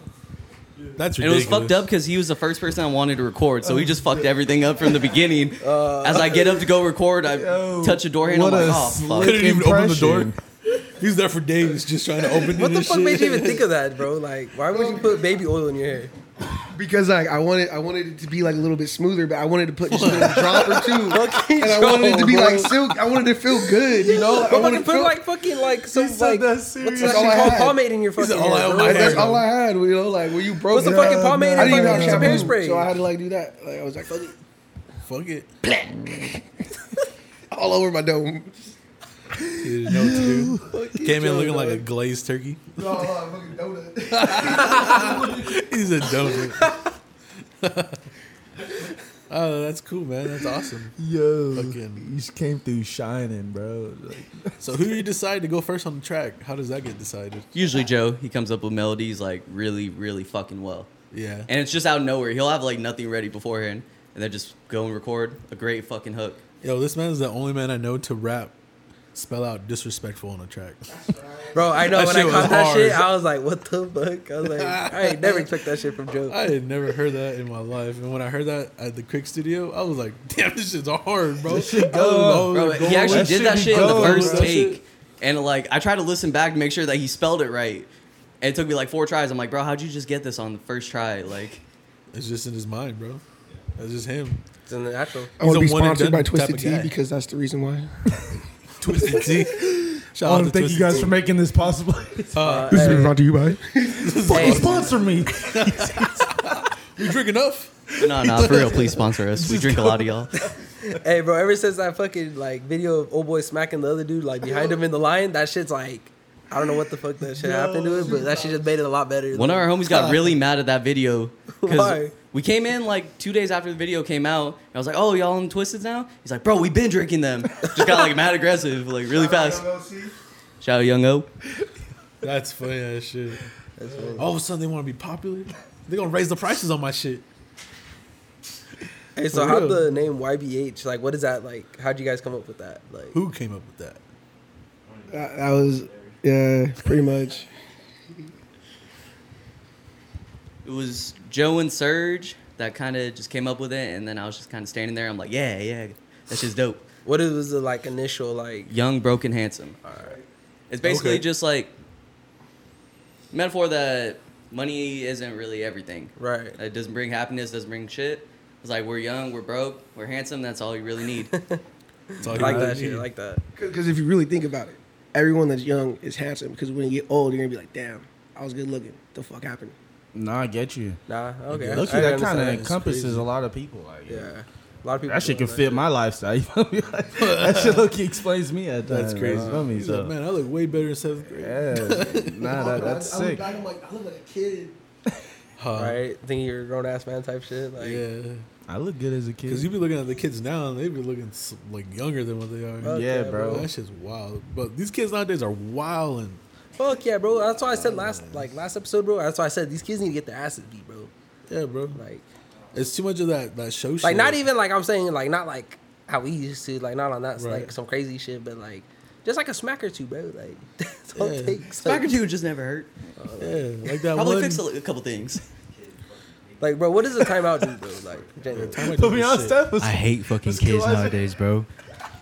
S2: That's
S7: And it was
S2: ridiculous.
S7: fucked up because he was the first person I wanted to record, so he just fucked everything up from the beginning.
S6: Uh,
S7: As I get up to go record, I touch a door handle. I'm
S3: what
S7: like,
S3: a
S7: oh fuck!
S3: slick-
S2: Couldn't even open the door.
S3: Impression.
S2: He's there for days just trying to open
S4: What
S2: it
S4: the
S2: and
S4: fuck
S2: shit.
S4: made you even think of that, bro? Like, why would you put baby oil in your hair?
S6: because like I wanted I wanted it to be like a little bit smoother, but I wanted to put just a little drop or two,
S4: Fucking
S6: and I wanted it to be
S4: drop,
S6: like silk. I wanted it to feel good, you know. I
S4: But when
S6: wanted
S4: you
S6: to
S4: put
S6: feel,
S4: like fucking like some
S2: said
S4: like
S2: that
S4: what's that
S2: serious.
S4: shit
S6: All I
S4: called
S6: had.
S4: pomade in your fucking
S2: said, "All I
S4: hair?
S2: have
S4: bro?
S2: my
S6: that's
S2: hair."
S6: all I had, you know. Like when you broke,
S4: What's the
S6: it,
S4: fucking pomade
S6: I
S4: and
S6: didn't even
S4: fucking
S6: have
S4: some
S6: shampoo, so I
S4: hairspray?
S6: had to like do that. Like I was like, fuck it,
S2: Fuck it.
S6: all over my dome.
S2: You didn't know what to do. Came in looking like a glazed turkey.
S6: No, fucking donut.
S2: He's a donut. oh, that's cool, man. That's awesome.
S3: Yo,
S2: Fucking-
S3: you just came through shining, bro. Like,
S2: So, who do you decide to go first on the track? How does that get decided?
S7: Usually Joe, he comes up with melodies like really, really fucking well,
S2: Yeah.
S7: and it's just out of nowhere. He'll have like nothing ready beforehand, and then just go and record a great fucking hook.
S2: Yo, this man is the only man I know to rap, spell out disrespectful on a track.
S4: Bro, I know
S2: That
S4: when I
S2: shit was
S4: caught that
S2: hard.
S4: shit, I was like, what the fuck? I was like, I ain't never expect that shit from Joe.
S2: I had never heard that in my life, and when I heard that at the Quick Studio, I was like, "Damn, this shit's hard, bro." This shit
S7: Bro, he actually
S3: That
S7: did
S3: shit
S7: that
S3: be
S7: shit in the
S3: gold,
S7: first
S2: bro.
S7: take, and like I tried to listen back to make sure that he spelled it right. And it took me like four tries. I'm like, bro, how'd you just get this on the first try? Like,
S2: It's just in his mind, bro. That's just him.
S4: It's in the natural.
S6: I want
S2: a
S6: to be
S2: one and
S6: sponsored
S2: done
S6: by
S2: type
S6: Twisted
S2: of
S6: Tea
S2: guy.
S6: because that's the reason why.
S2: Twisted T. Shout
S3: I
S2: out
S3: want
S2: to
S3: to thank
S2: Twisted
S3: you guys
S2: Tea.
S3: for making this possible.
S4: Uh,
S6: This
S4: hey,
S6: is brought to you by.
S4: hey,
S3: Sponsor me.
S2: You drink enough?
S7: no, no, for real, please sponsor us. We drink a lot of y'all.
S4: hey, bro, ever since that fucking like video of old boy smacking the other dude like behind him in the line, that shit's like, I don't know what the fuck that shit happened to it, but that shit just made it a lot better.
S7: One of our homies got really mad at that video
S4: Why?
S7: because we came in like two days after the video came out. And I was like, "Oh, y'all on Twisted now?" He's like, "Bro, we've been drinking them." Just got like mad aggressive, like really fast. Shout out Young O.
S2: That's funny as shit. All of a sudden, they want to be popular. They're gonna raise the prices on my shit.
S4: Hey, so
S2: For
S4: how
S2: real.
S4: the name YBH? Like, what is that? Like, how'd you guys come up with that? Like,
S2: Who came up with that?
S6: That, that was yeah, pretty much.
S7: It was Joe and Serge that kind of just came up with it, and then I was just kind of standing there. I'm like, "Yeah, yeah, that's just dope."
S4: what is- was the like initial like?
S7: Young, broken, handsome. All right. It's basically
S2: Okay.
S7: just like metaphor that money isn't really everything.
S4: Right.
S7: It doesn't bring happiness, doesn't bring shit. It's like we're young, we're broke, we're handsome. That's all you really need.
S2: That's all
S4: I
S2: he
S4: like
S2: really
S4: that shit. I
S2: needed.
S4: like that.
S6: Because if you really think about it, everyone that's young is handsome. Because when you get old, you're gonna be like, damn, I was good looking. The fuck happened?
S3: Nah, I get you.
S4: Nah. Okay. I-
S3: Look,
S4: I
S3: that
S4: understand
S3: kind of
S4: that.
S3: encompasses a lot of people. Like,
S4: Yeah. A lot of people.
S3: That shit
S4: doing
S3: can fit my lifestyle. You feel me? Like, that shit look explains me at times.
S2: That's
S3: like,
S2: crazy.
S3: you feel me?
S2: He's like,
S3: So,
S2: man, I look way better in seventh grade.
S3: yeah, nah, that, that's sick.
S6: I'm like, I look like a kid.
S2: Huh.
S4: Right. Thinking you're a grown ass man type shit. Like,
S2: Yeah.
S3: I look good as a kid.
S2: Because you be looking at the kids now, and they be looking s- like younger than what they are.
S4: Fuck
S3: yeah, bro.
S2: That shit's wild. But these kids nowadays are wild and
S4: Fuck yeah, bro. That's why I said last like last episode, bro. That's why I said these kids need to get their asses beat, bro.
S2: yeah, bro.
S4: Like,
S2: It's too much of that that show shit.
S4: like not even like I'm saying like not like how we used to like not on that
S2: Right.
S4: like some crazy shit, but like just like a smack or two, bro. Like that's all
S2: Yeah.
S4: it takes. Like,
S7: Smack or two just never hurt.
S2: yeah, like that
S7: Probably
S2: one.
S7: fix a, li- a couple things.
S4: like, bro, what does a timeout do, bro? Like, genuinely.
S2: Time I
S3: Put
S2: do
S3: me
S2: this
S3: on
S2: shit.
S3: stuff.
S5: I hate fucking
S3: go,
S5: kids
S3: Isaac.
S5: nowadays, bro.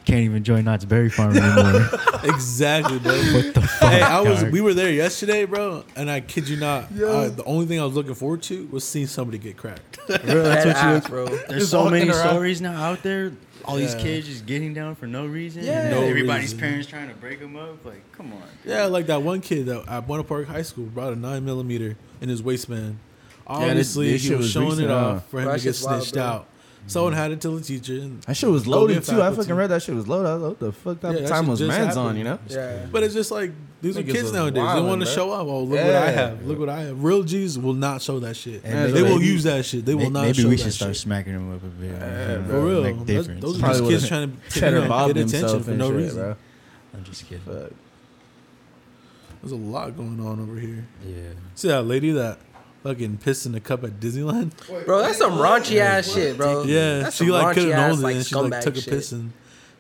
S5: Can't even join Knott's Berry Farm anymore.
S2: Exactly, bro. What the fuck? Hey, I was we were there yesterday, bro, and I kid you not, I, the only thing I was looking forward to was seeing somebody get cracked.
S4: Dead ass, bro.
S5: There's so
S3: walking
S5: many
S3: around.
S5: stories now out there. All these
S2: Yeah.
S5: kids just getting down for no reason.
S4: Yeah.
S5: and
S2: No
S5: everybody's
S2: reason.
S5: parents trying to break them up. Like, come on.
S2: yeah, like that one kid that at Buena Park High School brought a nine millimeter in his waistband.
S3: this-
S2: Obviously,
S3: this
S2: he
S3: shit
S2: was,
S3: was
S2: showing
S3: recent,
S2: it off
S3: huh?
S2: for him
S4: Bro,
S2: to
S4: that
S2: get
S4: shit's wild,
S2: snitched
S4: bro.
S2: out. Someone had it to the teacher. And
S3: That shit was
S2: Go
S3: loaded
S2: get
S3: too. I
S2: faculty.
S3: fucking read that shit was loaded. I was like, what the fuck? That
S2: Yeah, that
S3: time
S2: shit
S3: was
S2: just
S3: man's on,
S2: happened.
S3: you know?
S4: Yeah.
S2: But it's just like these are
S3: Niggas
S2: kids
S3: is
S2: nowadays. They
S3: wildin',
S2: want to
S3: bro.
S2: show off. Oh, look what I
S3: Yeah.
S2: have. Look what I have. Real G's will not show that shit.
S5: Yeah,
S2: they will
S5: maybe-
S2: use that shit. They will
S5: May-
S2: not.
S5: Maybe
S2: show
S5: we
S2: that
S5: should start
S2: shit.
S5: smacking them up a bit. you know,
S2: For real,
S5: Make
S2: That's-
S5: difference.
S2: those are
S3: Probably
S2: just
S3: would've
S2: kids trying to you
S3: Cheddar
S2: know,
S3: bobbed
S2: get attention
S3: himself
S2: for
S3: and
S2: no
S3: shit,
S2: reason.
S3: bro.
S5: I'm just kidding.
S3: Fuck.
S2: There's a lot going on over here.
S5: Yeah.
S2: See that lady that fucking pissed in a cup at Disneyland?
S4: Bro, that's some raunchy ass shit, bro.
S2: Yeah,
S4: that's
S2: she
S4: some
S2: like
S4: raunchy
S2: couldn't
S4: ass,
S2: hold it
S4: like,
S2: and she like
S4: scumbag
S2: took a
S4: shit.
S2: piss and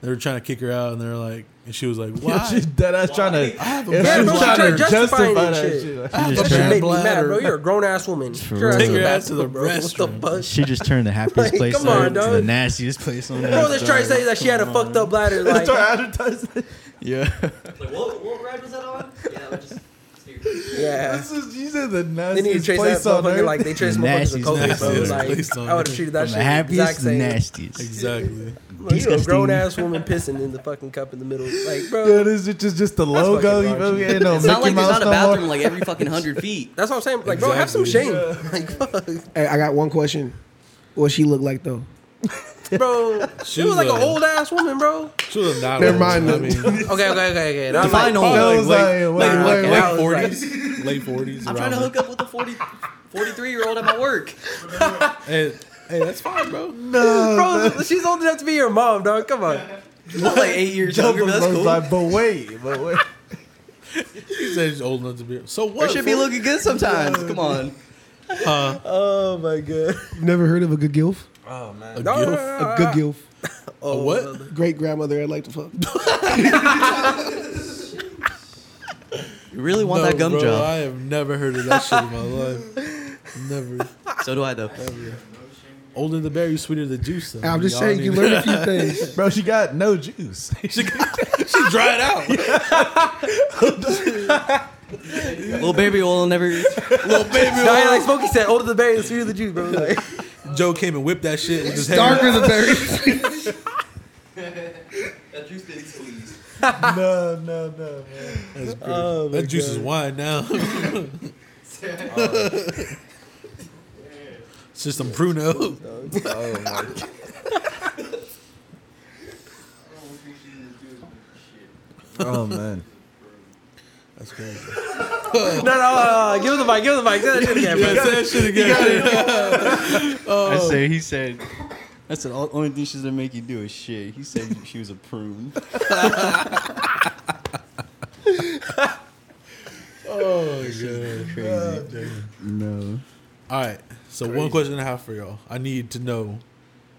S2: They were trying to kick her out, and they were like, and she was like, "Why?"
S3: She's dead ass trying to.
S2: I have a
S3: Yeah,
S2: bad
S3: I'm
S4: bro, she
S3: trying
S4: tried
S3: to justify
S4: justifying that
S3: that
S4: shit.
S3: shit. like-
S2: I have a
S4: That shit
S2: bad
S4: made me mad,
S2: bladder.
S4: bro. You're a grown ass woman.
S5: For
S4: Your ass
S5: real.
S4: is
S5: Take
S2: your
S4: a
S2: ass to the
S4: basketball, bro. What the
S2: restroom.
S4: fuck?
S5: She just turned the happiest
S4: Like,
S5: place
S4: come
S5: on
S4: on,
S5: earth to the
S4: dog.
S5: nastiest place on
S4: Bro,
S5: earth.
S4: that's trying to say that she had a fucked up bladder. Like,
S7: Yeah. like, what, what ride was that on? Yeah, that was just.
S4: yeah.
S3: This is- You said the
S4: They need to
S3: nastiest
S4: trace that
S3: place on
S4: motherfucker
S3: earth.
S4: like they traced motherfuckers to
S5: Nastiest,
S4: COVID, bro.
S2: nastiest
S4: Like,
S2: place on
S4: I would
S2: earth.
S4: have treated that shit
S5: From the
S4: the exact
S5: happiest to the
S4: same.
S5: nastiest.
S2: Exactly.
S4: Bro, you a
S5: Disgusting.
S4: grown ass woman pissing in the fucking cup in the middle. Like, bro,
S3: Yeah, this is just, just the logo.
S4: fucking
S3: You feel me?
S4: raunchy.
S3: Ain't no
S7: It's not
S3: Mickey
S7: like there's
S3: Mouse
S7: not a
S3: no
S7: bathroom
S3: more.
S7: like every fucking hundred feet.
S4: that's what I'm saying. Like, bro, have some shame. Like, fuck.
S6: Hey, I got one question. What she look like though?
S4: Bro, she
S2: She
S4: was
S2: was
S4: like an
S2: a-
S4: old ass woman, bro.
S2: She was not.
S6: Never mind
S2: I
S6: that.
S2: mean, like,
S4: Okay, okay, okay, okay. Now, I'm
S7: Define
S4: like,
S7: old.
S3: That was
S2: late-
S3: like,
S4: nah,
S3: wait, wait,
S4: okay,
S3: wait.
S4: I was like-
S2: forties, late forties.
S7: I'm trying to hook up with a 40, 43 year old at my work.
S2: Hey, hey, that's fine, bro.
S4: Bro, she's old enough to be your mom, dog. Come on.
S7: Well, like eight years younger, but that's
S3: I was
S7: cool.
S3: like, but wait, but wait.
S2: He said he's old enough to be. So
S7: Or
S2: what?
S7: should be looking good sometimes. Come on.
S4: Oh my god.
S6: You've never heard of a good gilf?
S2: A
S4: No, no, no,
S2: gilf?
S4: no,
S6: A
S4: no,
S6: good
S4: no.
S6: gilf.
S2: A what?
S6: Great grandmother, I'd like to fuck.
S7: You really want that gum
S2: bro,
S7: job?
S2: I have never heard of that shit in my life. Never.
S7: So do I though.
S2: Older the berry, sweeter the juice. though.
S6: I'm just
S2: Y'all
S6: saying,
S2: need
S6: you
S2: to-
S6: learn a few things.
S3: Bro, she got no juice.
S2: she, she dried out.
S7: Little baby will never.
S2: Little baby.
S4: No, yeah, like Smokey said, older the berry, the sweeter the juice, bro. Like,
S2: Joe came and whipped that shit with his hair.
S6: Darker the berries.
S7: That juice didn't squeeze.
S3: no, no, no.
S2: That's great. that juice is wine now. it's just some Bruno.
S3: Oh man.
S2: That's crazy.
S4: no, no, no, no, give him the mic, give him the mic. Say that shit again,
S2: Yeah,
S4: bro.
S2: say that shit again.
S5: I say he said. I said, all only thing she's gonna make you do is shit. He said she was a prune.
S2: Oh, God.
S5: Crazy. No.
S2: All right. So one question and a half for y'all. I need to know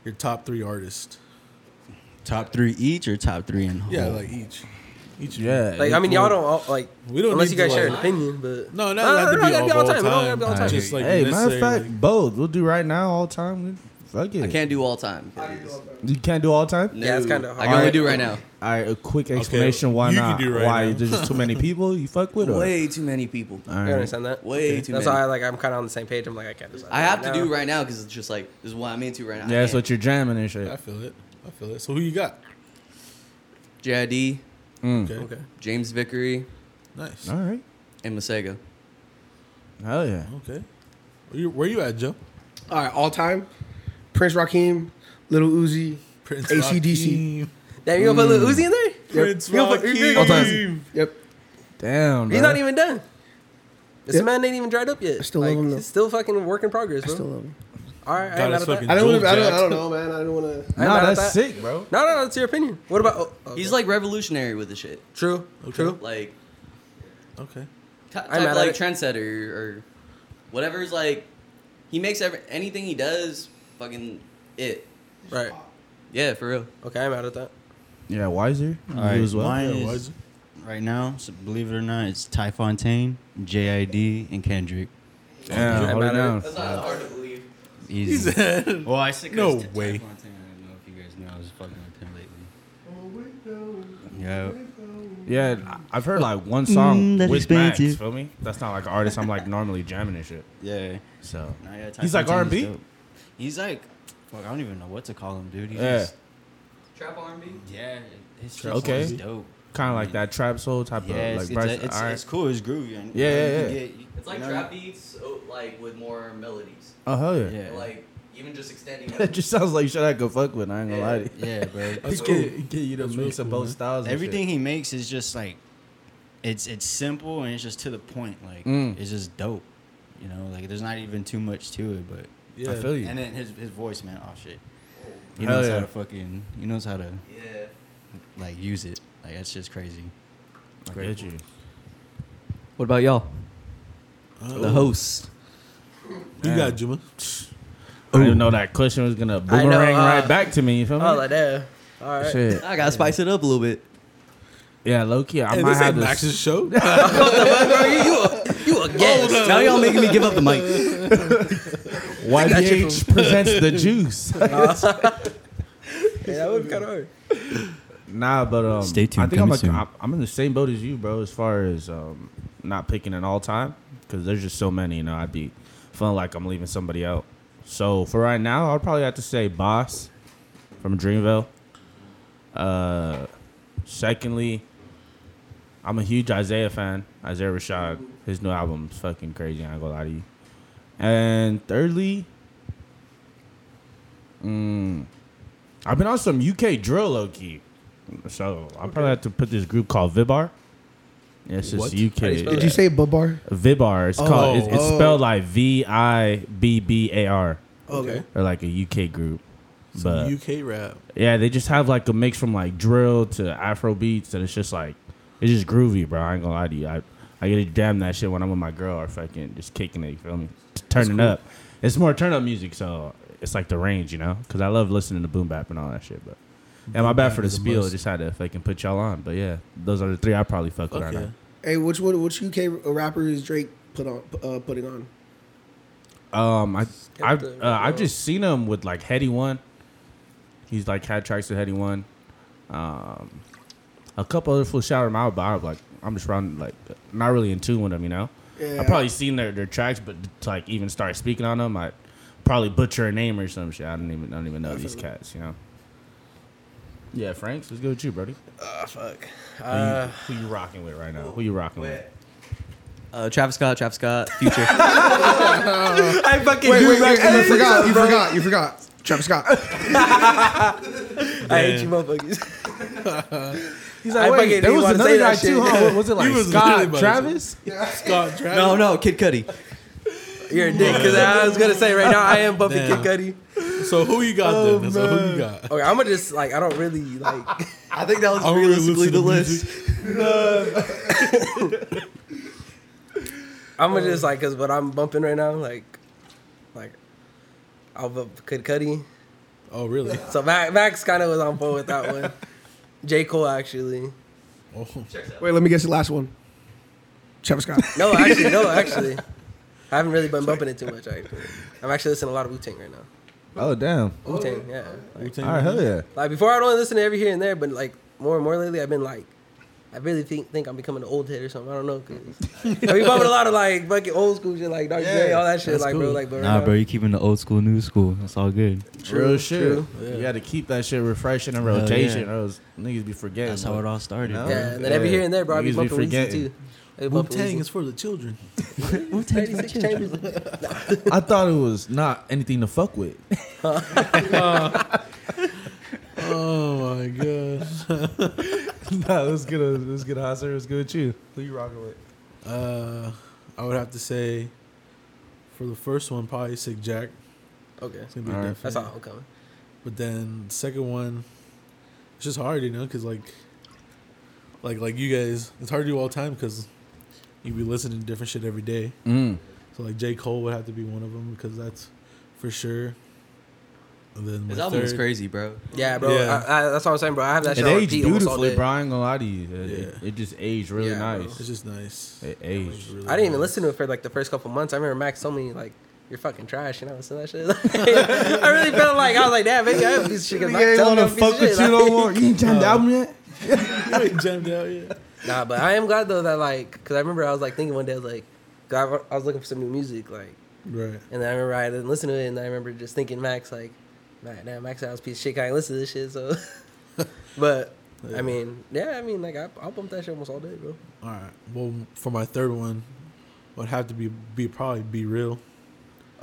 S2: your top three artists.
S5: Top three each or top three in whole?
S2: Yeah, like each. Each. of you.
S3: Yeah.
S4: Like, I mean, y'all don't all, like,
S2: We don't
S4: unless
S2: need
S4: you guys
S2: to,
S4: share an
S2: like-
S4: opinion, but
S2: No,
S4: No,
S2: not,
S4: Uh, no,
S2: not
S4: it
S2: to
S4: don't
S2: be all
S4: gotta be all
S2: time.
S4: time. It don't gotta be all time.
S2: Just like
S3: hey, matter of fact,
S2: necessarily.
S3: both. We'll do right now, all time. Fuck it.
S7: I can't do all time. 'cause-
S3: You can't do all time.
S7: No,
S4: Yeah, it's kinda
S7: I can only
S3: hard.
S7: do right now.
S3: All right, a quick explanation why
S2: you can
S3: not?
S2: do right
S3: why
S2: now.
S3: there's just too many people you fuck with? Or?
S7: Way too many people.
S3: All
S4: I
S3: right.
S4: understand that.
S7: Way too
S4: That's
S7: many.
S4: why I like I'm kind of on the same page. I'm like I can't decide.
S7: I have to
S4: right
S7: do
S4: now.
S7: right now because it's just like this is what I'm into right now.
S3: Yeah, that's
S7: so
S3: what you're jamming and
S2: I
S3: shit.
S2: feel it. I feel it. So who you got?
S7: JID,
S5: Hmm.
S2: Okay.
S4: Okay.
S7: James Vickery,
S2: Nice.
S3: All right.
S7: and Masego.
S3: Hell yeah.
S2: Okay. Where you, where you at, Joe?
S6: All right, all time. Prince Rakim, Little Uzi.
S2: Prince
S6: AC/DC.
S2: Rakim.
S4: Damn, you gonna put
S7: Mm.
S4: Lil Uzi in there?
S2: Prince
S4: You gonna put- you
S2: Rakim.
S4: gonna-
S6: Yep.
S3: Damn.
S4: He's
S3: bro.
S4: not even done. This
S6: Yep.
S4: man ain't even dried up yet.
S6: I still
S4: like,
S6: love him, though.
S4: It's still fucking work in progress,
S6: I
S4: bro.
S6: still love him.
S4: All right, I
S2: God,
S4: ain't mad
S2: that's
S4: at that.
S2: fucking
S6: I don't,
S2: Joe
S6: wanna, I, don't, I
S2: Jackson.
S6: don't know, man. I don't want to.
S4: I'm
S3: Nah,
S4: not
S3: that's
S4: that-
S3: sick, bro.
S4: No, no, no, it's your opinion. What about? Oh, oh,
S7: He's
S4: okay.
S7: like revolutionary with the shit.
S4: true, true.
S7: Like
S2: Okay.
S7: T- type
S4: mad at
S7: like
S4: it.
S7: trendsetter or whatever's like he makes every, anything he does fucking it.
S4: Right.
S7: Yeah, for real.
S4: Okay, I'm out of that.
S3: Yeah, wiser.
S5: All right,
S3: You as well.
S5: mine
S2: Yeah, why'd
S5: is
S2: you-
S5: right now. So believe it or not, it's Ty Fontaine, JID, and Kendrick.
S3: Damn, hold it down.
S7: not hard to believe.
S5: Easy.
S2: well,
S5: I said
S2: No way.
S5: I don't know if you guys know. I was fucking with him lately. Yeah.
S3: Yeah, I- I've heard like one song
S5: Mm, that's
S3: with Max.
S5: expensive.
S3: Feel me? That's not like an artist I'm like normally jamming and shit.
S5: Yeah.
S3: So
S5: Nah, yeah, Ty
S3: he's like R and
S5: Fontaine is
S3: B.
S5: dope. He's like, fuck, I don't even know what to call him, dude. He's
S3: Yeah.
S5: just,
S7: Trap R&B.
S5: yeah, his stuff
S3: Trap okay.
S5: is dope.
S3: Kind of like that trap soul type
S5: Yeah,
S3: of
S5: it's,
S3: like.
S5: it's,
S3: Bryce,
S5: it's, it's,
S3: alright.
S5: cool. It's groovy. And,
S3: Yeah, yeah,
S5: you
S3: yeah.
S5: can get-
S7: It's like
S5: you know?
S7: trap beats oh, like with more melodies.
S3: oh hell yeah.
S5: Yeah.
S7: Like even just extending
S3: That just sounds like shit I could fuck with. I ain't gonna lie to you.
S5: yeah, bro.
S3: He get, he get you to mix
S2: really
S3: of
S2: cool,
S3: both
S2: man.
S3: styles. and
S5: Everything
S3: shit.
S5: he makes is just like, it's it's simple and it's just to the point. Like
S3: Mm.
S5: it's just dope. You know, like there's not even too much to it, but
S2: Yeah.
S3: I feel you.
S5: and then his his voice, man, oh shit. He
S3: Hell
S5: knows
S3: yeah.
S5: how to fucking. He knows how to
S7: yeah.
S5: like use it. Like that's just crazy.
S3: I get you.
S7: What about y'all?
S2: Oh,
S7: The host.
S2: You got Juma.
S3: I didn't know that question was gonna
S4: I know,
S3: boomerang
S4: uh,
S3: right back to me. You feel me?
S4: Oh, like that. All right.
S3: Shit.
S7: I gotta spice it up a little bit.
S3: Yeah, low key. I
S2: Hey,
S3: might
S2: this
S3: have
S2: ain't
S3: this.
S2: Max's show.
S4: You a guest.
S7: Now y'all making me give up the mic.
S3: YBH presents the juice.
S4: Yeah, that would be kind of hard.
S3: Nah, but um,
S5: Stay tuned,
S3: I think I'm
S5: coming
S3: like
S5: soon.
S3: I'm, I'm in the same boat as you, bro. As far as um, not picking an all time because there's just so many. You know, I'd be feeling like I'm leaving somebody out. So for right now, I'll probably have to say Boss from Dreamville. Uh, secondly, I'm a huge Isaiah fan. Isaiah Rashad, his new album's fucking crazy. I ain't gonna lie to you. And thirdly, mm, I've been on some UK drill low key. So I probably have to put this group called Vibar. Yeah, It's
S2: What?
S3: just UK.
S6: Did you say Babar?
S3: Vibar? It's called. It's, it's
S6: Oh.
S3: spelled like V I B B A R.
S6: Okay.
S3: Or like a UK group. But
S2: UK rap.
S3: yeah, they just have like a mix from like drill to Afro beats, and it's just like it's just groovy, bro. I ain't gonna lie to you. I I get to jam that shit when I'm with my girl or fucking just kicking it. You feel me? T- Turning up. It's more turn up music, so it's like the range, you know? Because I love listening to boom bap and all that shit. But yeah, my bad
S2: bap
S3: for the
S2: is the
S3: spiel. I
S2: most.
S3: just had to fucking put y'all on. But yeah, those are the three I probably fuck with
S2: Fuck
S3: right
S2: yeah.
S3: now.
S6: Hey, which one? Which UK rapper is Drake put on? Uh, putting on?
S3: Um, I I've uh,
S4: the-
S3: I've just seen him with like Heady One. He's like had tracks with Heady One. Um, a couple other full shower my but I'm like I'm just around like not really in tune with them, you know.
S6: Yeah.
S3: I probably seen their, their tracks, but to, like even start speaking on them, I probably butcher a name or some shit. I don't even I don't even know these cats, you know. Yeah, Franks, let's go with you, brody.
S4: Ah, fuck.
S3: Who you,
S4: Uh,
S3: who you rocking with right now? Who you rocking with?
S7: Uh, Travis Scott, Travis Scott, Future.
S4: I fucking
S6: Wait,
S4: do
S6: wait,
S4: rec-
S6: wait, you forgot. You forgot. You forgot. Travis Scott.
S4: I hate you, motherfuckers.
S3: He's
S4: I fucking didn't wanna say that shit.
S3: huh? What was it like?
S2: was literally
S3: Scott
S2: about to
S3: Travis?
S2: Scott Travis.
S7: no, no, Kid Cudi.
S4: You're a dick. Because I was gonna say right now I am bumping
S2: Damn.
S4: Kid Cudi.
S2: So who you got then? Oh, That's what who you got.
S4: Okay, I'm gonna just like I don't really like.
S7: I think that was
S2: don't really
S7: realistically
S2: listen to
S7: the list.
S4: I'm gonna just like because what I'm bumping right now like, like, I'll bump Kid Cudi.
S2: Oh really?
S4: So Max, Max kind of was on board with that one. J Cole actually.
S2: Oh.
S6: Wait, let me guess the last one. Travis Scott.
S4: No, actually, no, actually. I haven't really been bumping it too much. Actually, I'm actually listening to a lot of Wu Tang right now.
S3: Oh damn!
S4: Wu Tang, yeah. Like,
S3: All right, hell yeah.
S4: like before, I'd only listen to every here and there, but like more and more lately, I've been like, I really think think I'm becoming an old head or something. I don't know, cause I be bumping a lot of like fucking old school shit, like Dark J, all that shit, like bro, like but right
S5: Nah,
S4: now-
S5: bro, you keeping the old school, new school. That's all good.
S3: Real shit. You got to keep that shit refreshing and
S5: Hell
S3: rotation.
S5: yeah.
S3: Those niggas be forgetting.
S5: That's how it all started.
S3: No.
S5: bro.
S4: Yeah, and then every
S3: Oh, Yeah.
S4: here and there, bro, I
S3: Niggas
S4: be
S3: be
S4: bumping Weezy
S3: forgetting.
S4: too. I be
S2: Wu
S4: bumping
S2: Tang
S4: Weezy.
S2: is for the children.
S5: Wu-Tang's my
S4: 36
S5: children.
S4: chambers.
S3: I thought it was not anything to fuck with.
S2: Oh my god.
S3: nah, let's get a let's get a hot Let's go with you. Who you rocking with?
S2: Uh, I would have to say, for the first one, probably Sick Jack.
S4: Okay,
S2: It's gonna be
S3: All right.
S2: different.
S4: that's all I'm coming.
S2: But then second one, it's just hard, you know, because like, like like you guys, it's hard to do all the time because you be listening to different shit every day.
S3: Mm.
S2: So like J Cole would have to be one of them because that's for sure. And then
S7: His
S2: my
S7: album was
S2: third-
S7: crazy, bro.
S4: Yeah, bro.
S2: Yeah.
S4: I, I, that's what I'm saying, bro. I have that
S3: It
S4: shit on
S3: aged
S4: repeat almost all
S3: beautifully,
S4: day.
S3: bro. I ain't gonna lie to you. It, it-
S2: Yeah.
S3: it just aged really
S4: Yeah, bro.
S3: nice.
S2: It's just nice.
S3: It aged.
S2: Really
S4: I didn't even
S2: nice.
S4: listen to it for like the first couple months. I remember Max told me like you're fucking trash, and I was that shit. I really felt like I was like, damn, maybe I am a piece of shit. 'cause Max told me I'm a piece of shit, like-
S3: want. You ain't jammed the album yet.
S2: You ain't jammed out yet.
S4: Nah, but I am glad though that like, cause I remember I was like thinking one day I was like, 'cause I, wa- I was looking for some new music like,
S2: Right.
S4: and then I remember I didn't listen to it, and I remember just thinking Max like, man, damn, Max I was a piece of shit. 'cause I ain't listen to this shit, so. but I mean, yeah, I mean like I, I'll bump that shit almost all day, bro.
S2: All right. Well, for my third one, would have to be be probably be real.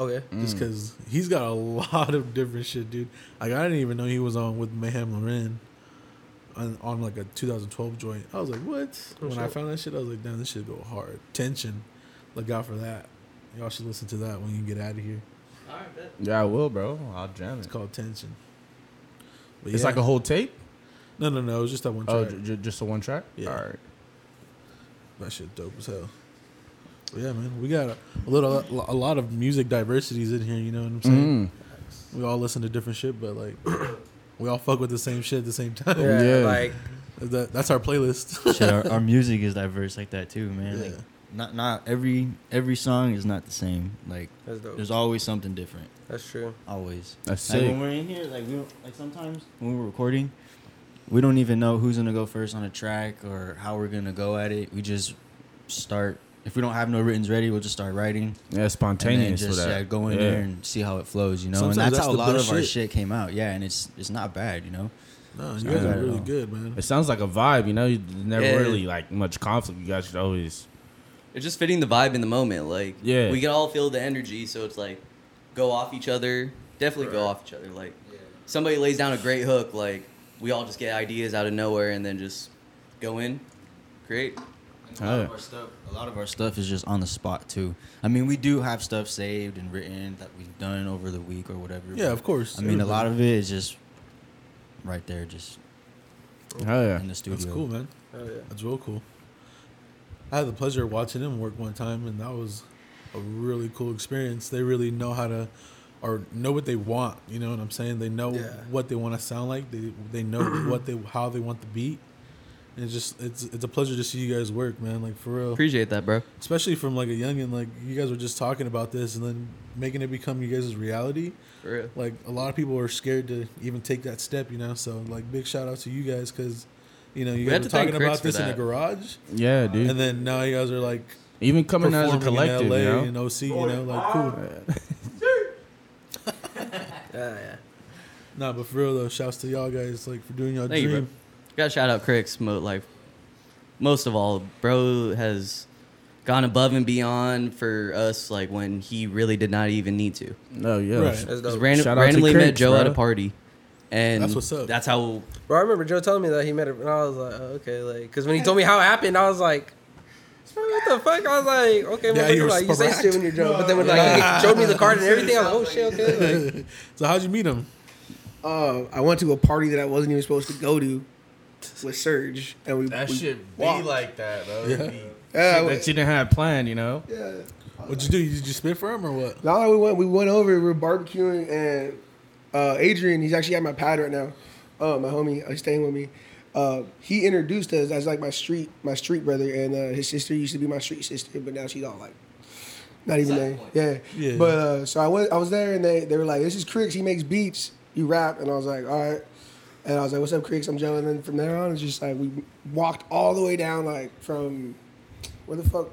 S4: Okay.
S2: just
S3: Mm.
S2: because he's got a lot of different shit, dude. Like I didn't even know he was on with Mayhem Loren on, on like a 2012 joint. I was like, what? when I
S4: shit.
S2: found that shit, I was like, damn, this shit go hard. Tension, look out for that. Y'all should listen to that when you get out of here.
S3: Yeah, I will, bro. I'll jam it.
S2: It's called Tension. But
S3: It's
S2: yeah.
S3: like a whole tape.
S2: no, no, no. It was just that one track.
S3: Oh, j- j- just a one track.
S2: Yeah.
S3: All right.
S2: That shit dope as hell. But yeah, man, we got a, a little a lot
S3: Mm.
S2: of music diversities in here. You know what I'm saying? We all listen to different shit, but like We all fuck with the same shit at the same time.
S4: Yeah,
S3: Yeah.
S4: like
S2: That- that's our playlist.
S5: Shit, our, our music is diverse like that too, man. Like,
S2: Yeah.
S5: not not every every song is not the same. Like
S4: that's dope.
S5: there's always something different.
S4: That's true.
S5: Always.
S3: That's
S5: Like
S3: sick.
S5: when we're in here, like we don't, like sometimes when we're recording, we don't even know who's gonna go first on a track or how we're gonna go at it. We just start. If we don't have no written ready, we'll just start writing.
S3: Yeah,
S5: and then
S3: spontaneous
S5: just
S3: for that.
S5: yeah, go in
S3: Yeah.
S5: there and see how it flows, you know.
S2: Sometimes
S5: and that's,
S2: that's
S5: how a
S2: the
S5: lot of
S2: best
S5: our
S2: shit.
S5: shit came out, yeah. And it's it's not bad, you know.
S2: no, you guys
S3: not
S2: are
S3: at
S5: Oh.
S2: really
S3: all.
S2: good, man.
S3: It sounds like a vibe, you know. You there's never
S7: Yeah.
S3: really like much conflict. You guys should always.
S7: It's just fitting the vibe in the moment. Like,
S3: Yeah.
S7: we can all feel the energy, so it's like, go off each other. Definitely go off each other. Like, somebody lays down a great hook, like we all just get ideas out of nowhere and then just go in, create.
S5: A lot, of
S3: Yeah.
S5: our stuff, a lot of our stuff is just on the spot too. I mean, we do have stuff saved and written that we've done over the week or whatever.
S2: Yeah,
S5: but
S2: of course.
S5: I mean, a lot of it is just right there, just
S3: Hell yeah!
S5: in the studio.
S2: That's cool, man.
S4: Oh yeah.
S2: That's real cool. I had the pleasure of watching them work one time, and that was a really cool experience. They really know how to, or know what they want. You know what I'm saying? They know
S4: Yeah.
S2: what they want to sound like. They they know what they how they want the beat. And it's just it's it's a pleasure to see you guys work, man. Like for real,
S7: Appreciate that, bro.
S2: especially from like a youngin. Like you guys were just talking about this, and then making it become you guys' reality.
S7: For real.
S2: Like a lot of people are scared to even take that step, you know. So like big shout out to you guys because, you know, you
S7: We
S2: guys
S7: have
S2: were
S7: to thank
S2: talking about
S7: Cricks for
S2: this in the
S7: that.
S2: garage.
S3: Yeah, dude.
S2: And then now you guys are like
S3: Even Mm-hmm. coming out as a
S2: performing
S3: collective,
S2: in LA
S3: you know?
S2: and OC, you know, like cool.
S4: Yeah, yeah.
S2: Nah, but for real though, shouts to y'all guys like for doing y'all
S7: Thank you, bro.
S2: dream.
S7: Gotta shout out Cricks, mo- like most of all, bro has gone above and beyond for us. Like when he really did not even need to.
S3: No, Oh, yeah.
S2: Right.
S4: That's
S7: Just
S4: dope.
S7: random,
S3: Shout out to
S7: randomly met
S3: Cricks,
S7: Joe at a
S3: bro.
S7: party, and
S2: That's what's up.
S7: That's how
S4: Bro, I remember Joe telling me that he met her, and I was like, oh, okay, like, because when he told me how it happened, I was like, what the fuck? I was like, okay,
S2: Yeah,
S4: motherfucker,
S2: you were
S4: like, you say
S2: sprat.
S4: shit when you're drunk, but then when like he showed me the card and everything, I was like, oh shit, okay. Like,
S2: so how'd you meet him?
S6: Uh, I went to a party that I wasn't even supposed to go to with Serge, and we we walked.
S3: like that, bro.
S2: Yeah.
S6: yeah,
S3: That you didn't have planned, you know?
S6: yeah.
S2: What'd you do? Did you spit for him or what?
S6: Now that we went, we went over. We were barbecuing, and uh, Adrian, he's actually at my pad right now. Uh, my homie, uh, he's staying with me. Uh, he introduced us as like my street, my street brother, and uh, his sister used to be my street sister, but now she's all like, not even there. Yeah.
S2: Yeah.
S6: But uh, so I went, I was there, and they they were like, "This is Cricks. He makes beats. You rap," and I was like, "All right." And I was like, "What's up, Cricks? I'm Joe." And then from there on, it's just like we walked all the way down, like from where the fuck.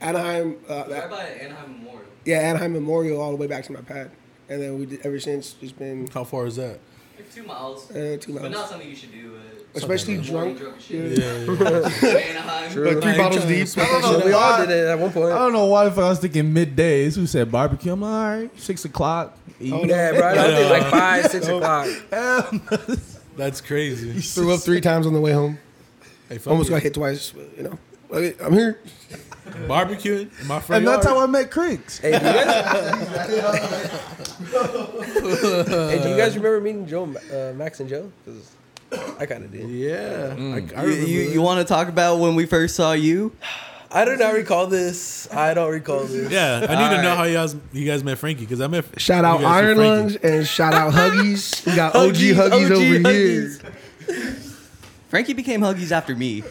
S6: Anaheim, uh, that-
S7: Anaheim Memorial.
S6: yeah, Anaheim Memorial all the way back to my pad, and then we did, ever since just been
S2: How far is that?
S7: Like two miles.
S6: uh, two
S7: But not
S6: miles,
S7: something you should do. Uh,
S6: especially
S7: in the morning
S6: drunk.
S7: drunk
S6: Yeah.
S7: shit. Anaheim.
S6: Like three
S2: Like,
S6: bottles
S2: trying to
S6: deep.
S2: smoke
S6: I don't know.
S4: shit, we all did it at one
S3: I
S4: point.
S3: don't know why the fuck I was thinking middays. Who said barbecue? I'm like, all right, six o'clock. Eat.
S4: Yeah, bro, I did like five, six o'clock.
S2: That's crazy.
S6: Threw up three times on the way home.
S2: Hey, fuck
S6: Almost
S2: it.
S6: got hit twice. but, You know, Like, I'm here.
S2: barbecuing in my front
S3: And that's how
S2: yard.
S3: I met Creeks.
S4: Hey, do you guys, hey, do you guys remember meeting Joe, uh, Max and Joe? Because I kind of did.
S2: Yeah, I, I
S7: You,
S2: remember.
S7: you,
S2: that.
S7: you want to talk about when we first saw you?
S4: I do not recall this. I don't recall this.
S2: yeah, I need to know
S4: Alright.
S2: how you guys you guys met Frankie because I met
S6: Shout
S2: you guys
S6: out
S2: through
S6: Iron
S2: Frankie.
S6: Lungs and shout out Huggies. We got OG Huggies,
S4: OG
S6: over
S4: Huggies.
S7: Frankie became Huggies after me.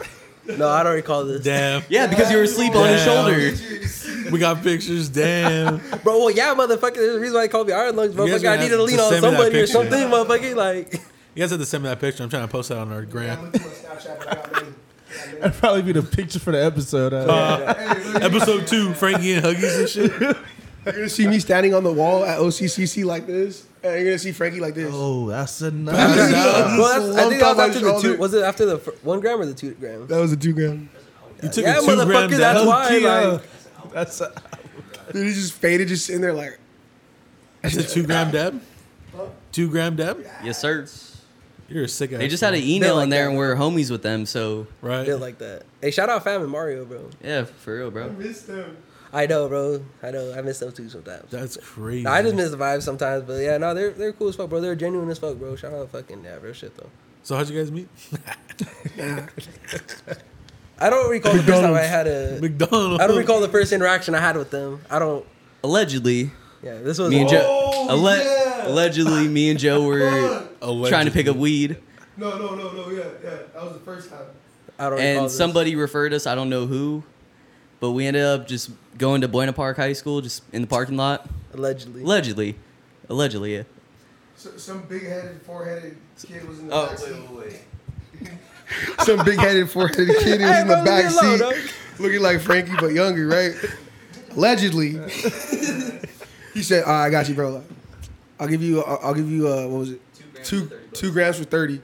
S4: No, I don't recall this.
S2: Damn,
S7: Yeah, because you were asleep on his shoulder.
S2: we got pictures. Damn,
S4: Bro, well, yeah, motherfucker. There's a reason why they call me Iron Lungs,
S2: You guys
S4: motherfucker. I
S2: gonna
S4: needed to
S2: have
S4: lean
S2: to
S4: on
S2: send me that
S4: somebody or
S2: picture.
S4: something, motherfucker. Like,
S2: you guys had to send me that picture. I'm trying to post that on our gram.
S6: here.
S3: That'd probably be the picture for the episode. uh,
S2: Episode two, Frankie and Huggies and shit.
S6: You're gonna see me standing on the wall at OCCC like this, and you're gonna see Frankie like this.
S3: oh, that's enough.
S4: well, that's, I think that was
S6: Lumped on
S4: after
S6: my
S4: the two.
S6: shoulder.
S4: Was it after the fir- one gram or the two gram?
S6: That was a two gram.
S2: You took
S4: Yeah,
S2: a two gram down.
S4: motherfucker. That's why.
S3: Yeah.
S4: Like,
S3: That's a,
S6: Dude, he just faded, just sitting there like.
S2: That's a two gram dab. Two gram dab.
S7: Yes, sir.
S2: You're a sick ass.
S7: They just had an
S4: They're
S7: email
S4: like
S7: in there,
S4: that.
S7: and we're homies with them. So
S2: right.
S4: feel like that. Hey, shout out Fam and Mario, bro.
S7: yeah, for real, bro.
S4: I know, bro. I know. I miss them too sometimes.
S2: That's crazy.
S4: Nah, I just miss the vibes sometimes, but yeah, no, they're they're cool as fuck, bro. They're genuine as fuck, bro. Shout out fucking yeah, real shit though.
S2: so how'd you guys meet?
S4: I don't recall the first time I had a.
S2: McDonald's.
S4: I don't recall the first interaction I had with them. I don't.
S7: Allegedly,
S4: Yeah, this was.
S7: me and Joe. alle- allegedly, me and Joe were trying to pick up weed,
S6: No, no, no, no. Yeah, yeah. That was the first time.
S4: I don't recall
S7: and
S4: this.
S7: somebody referred us. I don't know who, but we ended up just going to Buena Park High School, just in the parking lot,
S4: allegedly.
S7: allegedly, allegedly. Yeah.
S6: So, some big-headed, four-headed kid was in the
S7: Oh, wait,
S6: back seat.
S7: wait, wait.
S6: Some big-headed, four-headed kid was in the
S4: bro,
S6: back
S4: leave me alone,
S6: seat, looking like Frankie but younger, right? Allegedly, he said, "All right, I got you, bro. Like, I'll give you. I'll, I'll give you. Uh, what was it? Two two grams for thirty.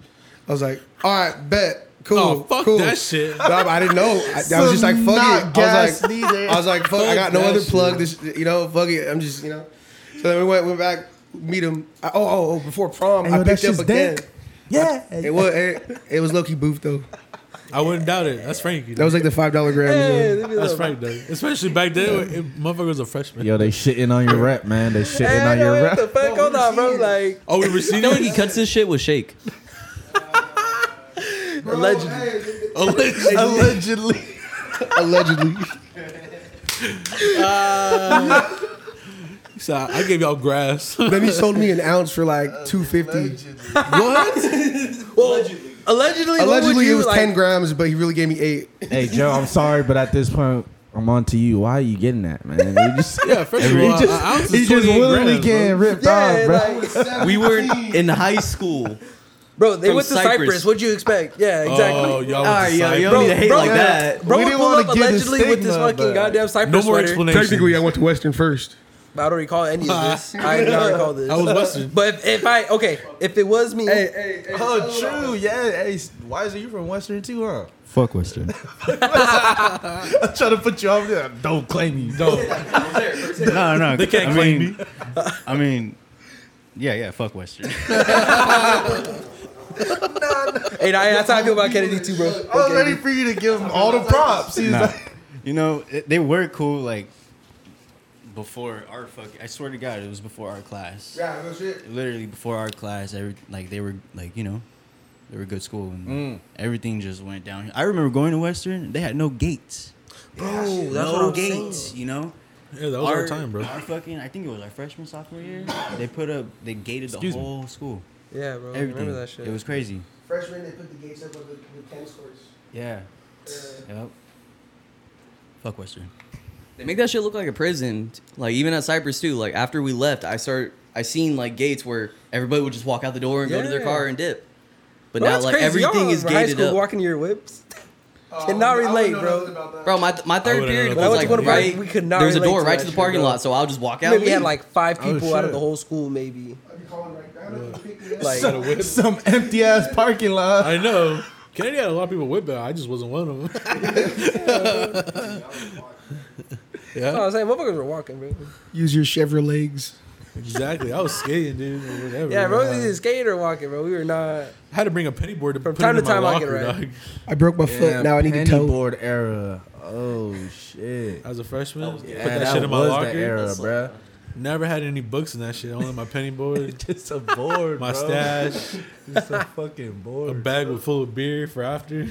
S6: I was like, "All right, bet." Cool.
S2: Oh, fuck
S6: cool.
S2: that shit.
S6: No, I didn't know. I, I was just like, fuck it. I was like, I was like, fuck, I got no
S2: that
S6: other
S2: shit.
S6: plug. This, you know, fuck it. I'm just, you know. So then we went, went back, meet him. I, oh, oh, oh, before prom, I picked up again.
S9: Yeah.
S6: It was, it, it was low key boof though.
S2: I wouldn't doubt it. That's Frankie.
S6: That was like the five dollar gram.
S4: Hey,
S6: you know.
S4: leave me
S2: That's
S4: alone.
S2: Frank though. Especially back then, when it, motherfucker was a freshman.
S3: Yo, they shitting on your rep, man. They shitting
S4: Hey,
S3: on
S4: no,
S3: your
S4: what
S3: rep.
S4: the fuck? Hold on, bro. Like
S2: Oh, we were
S7: You
S2: seeing
S7: know when he
S2: it.
S7: cuts this shit with Shake.
S4: allegedly.
S3: Allegedly.
S6: Allegedly.
S2: So I I gave y'all grass.
S6: then he sold me an ounce for like two fifty.
S4: Allegedly, what would
S6: Allegedly, it
S4: you,
S6: was
S4: like-
S6: ten grams, but he really gave me eight.
S3: hey, Joe, I'm sorry, but at this point, I'm on to you. Why are you getting that, man? You just,
S2: yeah, Uh, first of
S3: He
S2: all,
S3: just-
S2: an ounce
S3: he
S2: is
S3: just
S2: 28
S3: willingly
S2: grams, bro.
S3: getting ripped
S4: Yeah,
S3: off, bro.
S4: like,
S7: We were in high school.
S4: bro, they
S7: From
S4: went to Cyprus.
S7: Cyprus.
S4: What'd you expect? Yeah, exactly.
S2: Oh, y'all
S7: All
S2: was
S7: right,
S2: a
S7: yo, you
S2: psycho.
S7: don't need to hate like that.
S4: Bro,
S9: We
S4: we
S9: didn't
S4: pull
S9: wanna
S4: up
S9: give the
S4: allegedly with this
S9: stigma,
S4: fucking
S9: but-
S4: goddamn Cyprus
S2: No more
S4: sweater.
S2: explanation.
S6: I went to Western first.
S4: I don't recall any of this. I do not recall this.
S2: I was Western.
S4: But if, if I okay, if it was me,
S9: Oh, true. Yeah. Hey, why is it you from Western too, huh?
S5: Fuck Western.
S9: I'm trying to put you off there. Don't claim me.
S2: Don't.
S5: no, no.
S2: They can't
S5: I
S2: claim
S5: mean, I mean, yeah, yeah. Fuck Western.
S4: and I, that's how I feel about Kennedy too, bro.
S9: I was ready for you to give him all the props. He's
S5: Nah.
S9: like,
S5: you know, it, they were cool. Like before our fuck. I swear to God, it was before our class.
S6: Yeah, no shit.
S5: Literally before our class. Every like they were like you know, they were a good school and
S2: Mm.
S5: everything just went down. I remember going to Western. They had no gates.
S4: Bro, that's
S5: no
S4: what I'm
S5: gates. You know.
S2: Yeah, that was our time, bro.
S5: Our fucking, I think it was our freshman sophomore year. They put up, they gated
S2: Excuse
S5: the
S2: me.
S5: whole school.
S4: Yeah, bro.
S5: Everything.
S4: I remember that shit.
S5: It was crazy.
S6: Freshman, they put the gates up with the, with tennis courts.
S5: Yeah. Yep. Fuck Western.
S7: They make that shit look like a prison. Like even at Cypress too. Like after we left, I start I seen like gates where everybody would just walk out the door and go to their
S4: Yeah.
S7: car and dip. But
S4: Bro,
S7: now
S4: that's
S7: like
S4: crazy. Y'all
S7: everything is
S4: remember high
S7: gated
S4: school
S7: up.
S4: Walking to your whips, cannot relate, bro.
S7: Bro, my my third
S2: wouldn't
S7: period
S2: have
S4: When I
S7: was
S4: went
S7: like
S4: to Winter Park,
S7: right.
S4: we could not
S7: There's a
S4: relate
S7: door
S4: to
S7: right
S4: that
S7: to the
S4: shit,
S7: parking
S4: bro.
S7: lot, so I'll just walk out.
S4: Maybe we
S7: leave.
S4: had like five
S2: Oh,
S4: people out of
S2: shit.
S4: the whole school, maybe.
S6: Like,
S4: Like,
S9: Some empty ass parking lot.
S2: I know. Kennedy had a lot of people whip it. I just wasn't one of them.
S4: no, I was saying, motherfuckers were walking, bro.
S6: Use your Chevrolet legs.
S2: exactly. I was skating, dude. Or whatever.
S4: Yeah, bro,
S2: I
S4: this is skater walking, bro. We were not.
S2: had to bring a penny board to
S4: From
S2: put
S4: time
S2: time
S4: to
S2: in to my
S4: time, I get
S2: locker,
S4: right.
S2: dog.
S6: I broke my foot. now I need to
S3: penny
S6: tow.
S3: board era. Oh shit.
S2: As a freshman, put
S3: Yeah,
S2: that, shit in my
S3: was
S2: locker.
S3: the era, bro.
S2: Never had any books in that shit. Only my penny board,
S3: Just a board,
S2: my
S3: bro.
S2: stash,
S3: Just a fucking
S2: a
S3: board.
S2: bag with full of beer for after.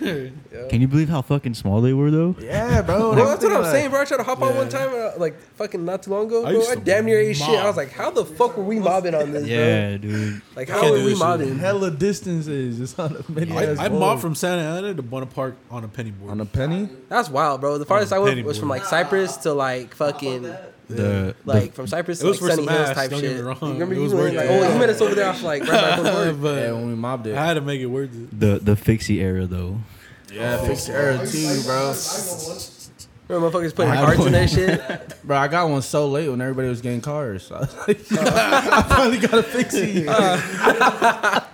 S5: Can you believe how fucking small they were though?
S3: Yeah, bro.
S4: Bro, that's what I'm saying, bro. I tried to hop on one
S2: Oh, Yeah.
S4: time, uh, like fucking not too long ago,
S2: I
S4: bro.
S2: used
S4: I
S2: to
S4: damn near ate shit. I
S2: mob.
S4: was like, how the fuck were we mobbing on this, bro?
S5: Yeah, dude.
S4: Like,
S2: Can't
S4: how were
S2: do
S4: we
S2: this shit.
S4: mobbing?
S3: Hella distances. It's on a mini ass
S2: I, I
S3: board.
S2: mobbed from Santa Ana to Buena Park on a penny board.
S3: on a penny.
S4: That's wild, bro. The farthest I
S2: Oh, Penny
S4: went was
S2: board.
S4: from like Cyprus to like fucking
S5: The
S4: like from Cyprus
S2: It
S4: to like
S2: was for
S4: Sunny
S2: some
S4: Hills
S2: ass,
S4: type
S2: don't
S4: shit.
S2: get me wrong.
S4: You remember
S2: It
S4: you
S2: was worth
S4: went like,
S2: it.
S4: oh, you met us over there. I was like, right by the
S2: but
S3: Yeah, when we mobbed it.
S2: I had to make it worth it.
S5: the the fixie era though.
S3: Yeah, fixed era too, bro.
S4: Remember motherfuckers putting cards in that shit.
S3: Bro, I got one so late when everybody was getting cars. I, was like, I finally got a fixie. I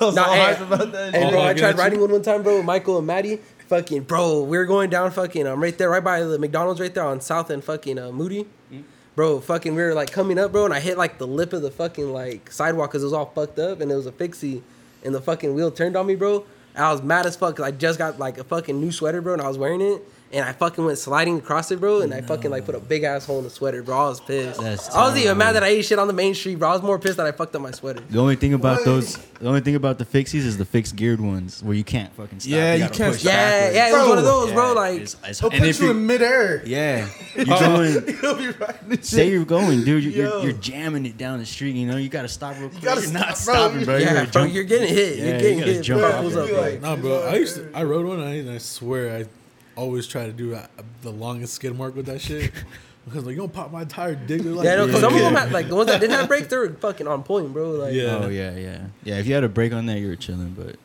S3: was
S4: Nah,
S3: all
S4: hey,
S3: hyped about that.
S4: Hey,
S2: Oh,
S4: bro,
S2: I
S4: I
S2: got
S4: tried
S2: you.
S4: riding one one time, bro, with Michael and Maddie. Fucking, bro, we were going down fucking, um, right there, right by the McDonald's right there on South and fucking uh, Moody.
S3: Hmm?
S4: Bro, fucking, we were like coming up, bro, and I hit like the lip of the fucking like sidewalk because it was all fucked up and it was a fixie and the fucking wheel turned on me, bro. I was mad as fuck 'cause I just got like a fucking new sweater, bro, and I was wearing it. and I fucking went sliding across it, bro, and I fucking like put a big ass hole in the sweater, bro. I was pissed.
S5: That's
S4: I was even
S5: terrible.
S4: mad that I ate shit on the main street, bro. I was more pissed that I fucked up my sweater.
S5: The only thing about those, the only thing about the fixies is the fixed geared ones where you can't fucking stop.
S2: Yeah, you
S5: gotta
S2: can't
S5: push
S2: stop.
S4: Yeah,
S5: backwards.
S4: yeah, it was
S2: Bro.
S4: one of those, bro. Like,
S5: It's- it's-
S2: He'll
S5: and
S2: put
S5: if
S2: you
S5: you,
S2: in midair.
S5: yeah, you're going.
S2: He'll be riding this
S5: Say
S2: shit.
S5: you're going, dude. You're, you're,
S2: Yo.
S5: you're jamming it down the street. You know, you gotta stop real quick.
S2: gotta
S5: You're not
S2: stop, bro.
S5: stopping, bro.
S4: yeah,
S5: You're a
S4: bro,
S5: jump-
S4: you're getting hit.
S5: Yeah,
S4: you're
S5: you
S4: getting
S5: gotta
S4: hit.
S5: jump
S4: bro.
S5: off
S4: Buckles
S5: it,
S4: up,
S5: bro.
S4: bro.
S2: Nah, bro. I used to, I rode one and I, and I swear I always try to do uh, the longest skid mark with that shit because like you don't pop my tire, dick. They're Like,
S4: Yeah, no, 'cause
S2: yeah,
S4: some of
S2: yeah.
S4: them had like the ones that didn't have brakes, they were fucking on point, bro. Like,
S2: Yeah.
S5: Oh yeah, yeah, yeah. If you had a break on that, you were chilling. But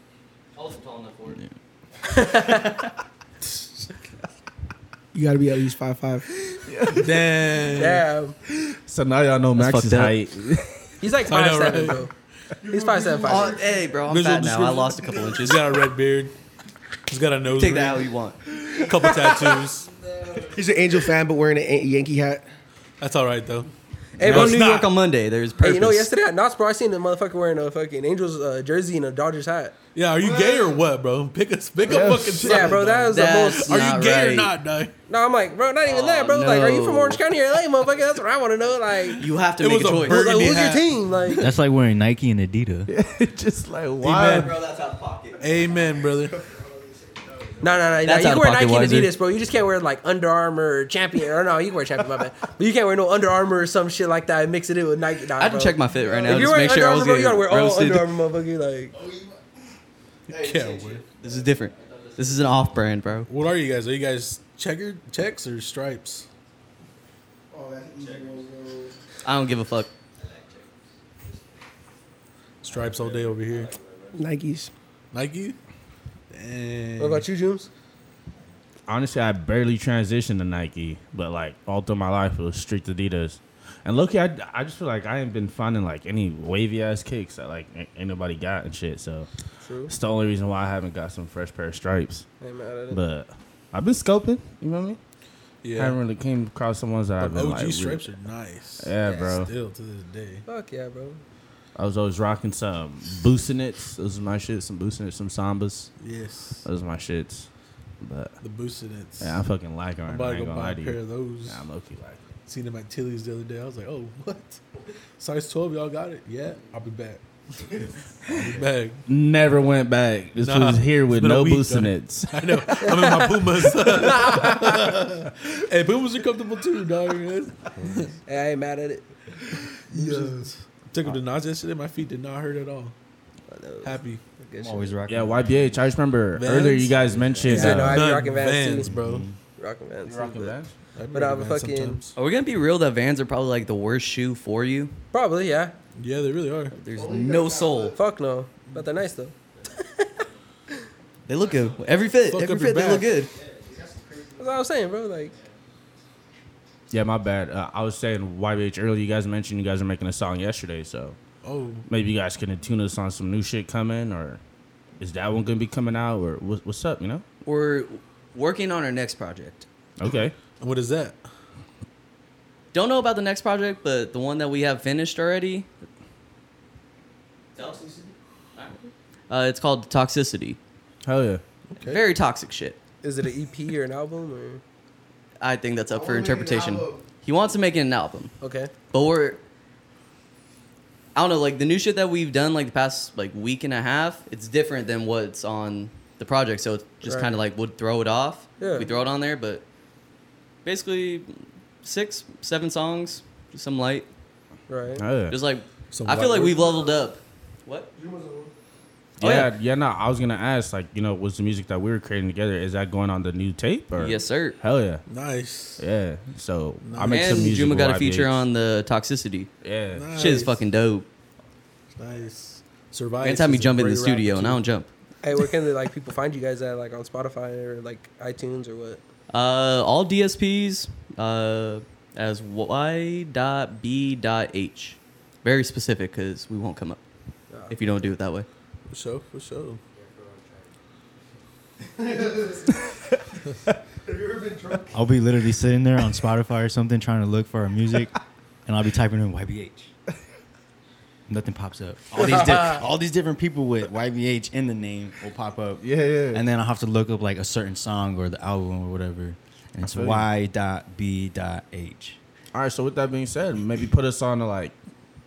S7: I wasn't tall enough for it.
S6: You got to be at least five five.
S2: Damn.
S4: damn,
S3: So now y'all know
S5: That's
S3: Max's
S5: fucked up.
S3: height.
S4: he's like five
S2: know,
S4: seven,
S2: right?
S4: bro. He's five seven, five
S7: Oh,
S4: seven.
S7: hey, bro, I'm
S2: Visual
S7: fat now. I
S2: description.
S7: lost a couple inches.
S2: He's got a red beard. He's got a nose
S7: Take
S2: ring.
S7: that how you want.
S2: A couple tattoos.
S6: He's an Angel fan, but wearing a Yankee hat.
S2: That's all right though.
S4: Hey,
S2: No,
S4: bro,
S2: it's
S7: New
S2: not.
S7: York on Monday. There's purpose.
S4: Hey, you know, yesterday at Knott's, bro, I seen the motherfucker wearing a fucking Angels uh, jersey and a Dodgers hat.
S2: Yeah, are you gay or what, Oh, bro? Pick a pick a fucking side,
S4: Yeah, bro, that was the
S7: That's
S4: most.
S2: Are
S7: Not
S2: you gay or
S7: right.
S2: not, dog?
S4: No, I'm like, bro, not even that, bro. Like, are you from
S7: no.
S4: Orange County or LA, motherfucker? That's what I want to know. Like,
S7: You have to
S2: It
S7: make
S2: was
S7: a
S2: a
S7: choice.
S2: bird-
S4: like
S2: Burgundy
S4: who's your
S2: hat.
S4: team? Like,
S5: that's like wearing Nike and Adidas.
S3: just like
S2: why?
S7: Bro, that's out of pocket.
S2: Amen, brother.
S4: No, no, no. no.
S7: That's
S4: You
S7: out
S4: can
S7: of
S4: wear
S7: pocket,
S4: Nike and
S7: Wiser.
S4: Adidas, bro. You just can't wear like Under Armour or Champion. Or no, you can wear Champion, my bad. But you can't wear no Under Armour or some shit like that and mix it in with Nike. Nah,
S7: I had to
S4: bro.
S7: check my fit right now.
S4: If you're
S7: Just
S4: wearing
S7: make
S4: Under
S7: sure I
S4: Armour,
S7: was
S4: bro, you gotta
S7: getting
S4: wear all
S7: roasted.
S4: Under Armour, motherfucker. Like,
S2: Can't wait.
S7: This is different. This is an off-brand, bro.
S2: What are you guys? Are you guys checkered checks or stripes?
S7: I don't give a fuck.
S2: Stripes all day over here.
S6: Nikes.
S2: Nike.
S4: what
S2: Damn.
S4: about you, Jooms?
S3: honestly, I barely transitioned to Nike, but like all through my life, it was strict Adidas. And look, I, I just feel like I ain't been finding like any wavy ass kicks that like a- ain't nobody got and shit. So
S4: True.
S3: it's the only reason why I haven't got some fresh pair of stripes.
S4: Ain't mad at it.
S3: But I've been scoping, you know what I mean? I
S2: Yeah.
S3: haven't really came across some ones that I've
S2: OG
S3: been like.
S2: stripes
S3: really-
S2: are nice.
S3: Yeah, bro.
S2: Still to this day.
S4: Fuck yeah, bro.
S3: I was always rocking some Boosinets. Those are my shit. Some Boosinets, some Sambas.
S2: Yes.
S3: Those are my shits. But
S2: The boosted it's.
S3: yeah, I fucking like them.
S2: I'm
S3: Right
S2: about to
S3: now. I ain't
S2: go
S3: gonna
S2: buy
S3: lie
S2: a
S3: to
S2: pair
S3: you.
S2: of those.
S3: Nah, I'm low key like.
S2: Seen them at Tilly's the other day. I was like, oh, what? Size 12, y'all got it? Yeah, I'll be back. I'll be back.
S3: Never went back. This
S2: Nah,
S3: was here
S2: it's
S3: with
S2: been a
S3: no
S2: week,
S3: boots in
S2: though.
S3: it.
S2: I know. I'm in my Pumas. hey, Pumas are comfortable too, dog.
S4: Hey, I ain't mad at it.
S2: Took them to Nas yesterday. My feet did not hurt at all. Happy.
S4: Good
S5: I'm
S4: shit.
S5: always rocking.
S3: Yeah, YBH. I just remember
S2: Vans?
S3: earlier you guys
S4: He
S3: mentioned.
S4: said, no,
S3: uh,
S4: I be
S2: None.
S4: rocking Vans,
S2: Vans,
S4: too.
S2: bro.
S3: Mm-hmm.
S4: Rocking Vans.
S3: rocking
S4: but-
S3: Vans?
S2: I
S4: But I'm
S2: remember Vans
S4: fucking-
S2: sometimes.
S7: Are we gonna be real that Vans are probably like the worst shoe for you?
S4: Probably, yeah.
S2: Yeah, they really are.
S7: There's no sole.
S4: Fuck no. But they're nice, though.
S7: They look good. Every fit,
S2: Fuck
S7: every
S2: up your
S7: fit, they look
S2: back.
S7: good.
S4: That's what I was saying, bro. Like,
S3: Yeah, my bad. Uh, I was saying YBH earlier. You guys mentioned you guys were making a song yesterday, so
S2: Oh,
S3: maybe you guys can tune us on some new shit coming, or is that one gonna be coming out, or what, what's up? You know?
S7: We're working on our next project.
S3: Okay.
S2: and what is that?
S7: Don't know about the next project, but the one that we have finished already. Uh, it's called Toxicity.
S3: Hell yeah.
S7: Very toxic shit.
S4: is it an EP or an album? or
S7: I think that's up for
S6: wanna make an
S7: interpretation.
S6: album.
S7: He wants to make an album,
S4: Okay.
S7: but we're I don't know, like the new shit that we've done like the past like week and a half, it's different than what's on the project, so it's just
S4: Right.
S7: kind of like would throw it off.
S4: Yeah.
S7: We throw it on there, but basically six, seven songs, just some light.
S4: Right.
S3: Hell yeah.
S7: Just like
S2: Some
S7: I feel
S2: light
S7: like
S2: work?
S7: we've leveled up. What? Oh,
S3: yeah, yeah, No, I was gonna ask, like, you know, what's the music that we were creating together? Is that going on the new tape? Or
S7: Yes, sir.
S3: Hell yeah.
S2: Nice.
S3: Yeah. So I make
S7: And
S3: some music.
S7: Juma
S3: with
S7: got a
S3: YBH.
S7: feature on the toxicity.
S3: Yeah.
S2: nice.
S7: Shit is fucking dope.
S2: nice. Survive.
S7: Every time you
S2: is a
S7: jump in
S2: great
S7: the studio,
S2: rapper,
S7: and
S2: too.
S7: I don't jump.
S4: Hey, where can the, like people find you guys at? Like on Spotify or like iTunes or what?
S7: Uh, all DSPs uh, as y.b.h. Very specific because we won't come up if you don't do it that way.
S2: For sure, for sure.
S5: I'll be literally sitting there on Spotify or something trying to look for our music, and I'll be typing in YBH. nothing pops up. All these, di- all these different people with YBH in the name will pop up.
S2: Yeah, yeah.
S5: And then I'll have to look up like a certain song or the album or whatever. And it's
S3: feel you.
S5: Y dot B dot H.
S3: All right. So with that being said, maybe put us on to like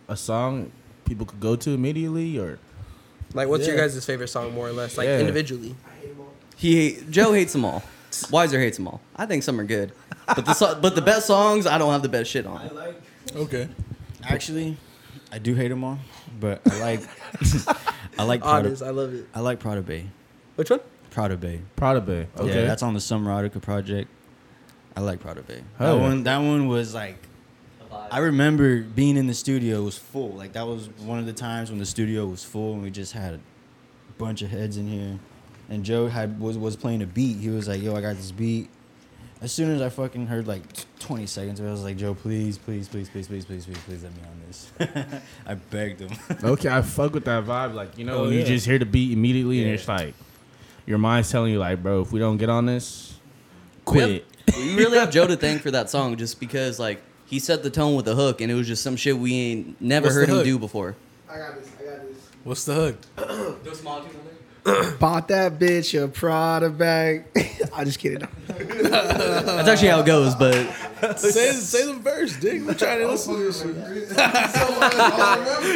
S3: a song people could go to immediately, or
S4: Like, what's your
S3: Yeah.
S4: guys' favorite song, more or less, like
S3: Yeah.
S4: individually?
S7: He Joe hates them all. Wiser hates them all. I think some are good, but the so, but the best songs I don't have the best shit on.
S2: Okay.
S5: Actually, I do hate them all, but I like I like Prada,
S4: Honest, I love it.
S5: I like Prada Bay.
S4: Which one?
S5: Prada Bay.
S3: Prada Bay.
S5: Okay.
S3: Okay.
S5: that's on the Summer Erotica project. I like Prada Bay. That
S3: Hell yeah.
S5: one that one was like I remember being in the studio it was full. Like that was one of the times when the studio was full and we just had a bunch of heads in here. And Joe had was was playing a beat. He was like, "Yo, I got this beat." As soon as I fucking heard like 20 seconds, of it, I was like, "Joe, please, please, please, please, please, please, please, please let me on this." I begged him.
S3: okay. I fuck with that vibe. Like you know,
S2: Oh,
S3: when you
S2: yeah.
S3: just hear the beat immediately, and
S5: Yeah.
S3: it's like your mind's telling you, like, bro, if we don't get on this, quit.
S7: Yep. We really have Joe to thank for that song, just because like he set the tone with the hook, and it was just some shit we ain't never
S2: What's the
S7: heard him
S2: hook?
S7: do before.
S6: I got this. I got this.
S2: What's the hook?
S6: Bought that bitch a Prada bag. I just kidding.
S7: That's actually how it goes, but
S2: say, say the verse, dick. We're trying to listen to this shit.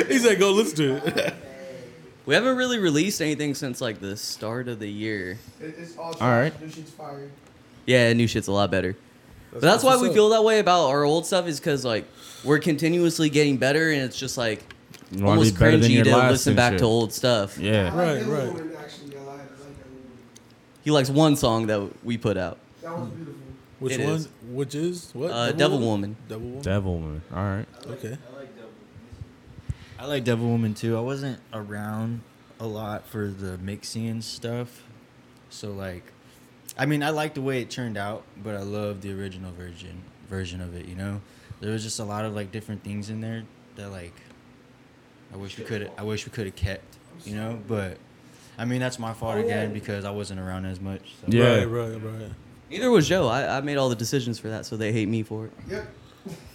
S2: he said, go listen to it.
S7: we haven't really released anything since like the start of the year.
S6: It's all,
S3: right.
S6: This shit's fire.
S7: Yeah, new shit's a lot better. but that's why
S2: what's
S7: we
S2: up.
S7: feel that way about our old stuff is because like we're continuously getting better, and it's just like
S3: You wanna be
S7: almost
S3: better than
S7: cringy
S3: your
S7: to
S3: last
S7: listen
S3: and
S7: back
S3: shit.
S7: to old stuff.
S3: Yeah.
S2: Right,
S6: That
S2: right.
S6: woman, actually, I lied. I like that woman.
S7: He likes one song that we put out.
S6: That was beautiful.
S2: Which
S7: It
S2: one?
S7: is.
S2: Which is what?
S7: Uh, Devil Woman.
S2: Devil Woman.
S3: Devil man. All right.
S2: Okay.
S5: I like Devil Woman too. I wasn't around a lot for the mixing and stuff. So like I mean, I like the way it turned out, but I love the original version version of it, you know? There was just a lot of like different things in there that like I wish we could I wish we could have kept, you know, but I mean, that's my fault again because I wasn't around as much. So.
S3: Yeah.
S2: Right, right, right.
S7: Neither was Joe. I, I made all the decisions for that, so they hate me for it.
S6: Yep.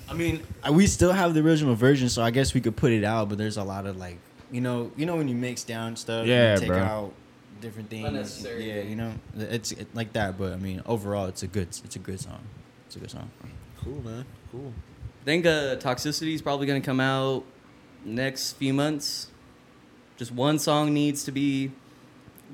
S5: I mean, I- we still have the original version, so I guess we could put it out. But there's a lot of like, you know, you know when you mix down stuff,
S3: Yeah,
S5: you take
S3: bro.
S5: out different things.
S7: Unnecessary
S5: Yeah, you know, it's it, like that. But I mean, overall, it's a good, it's a good song. It's a good song.
S2: Cool, man. Cool.
S7: I think uh, Toxicity is probably going to come out next few months. Just one song needs to be,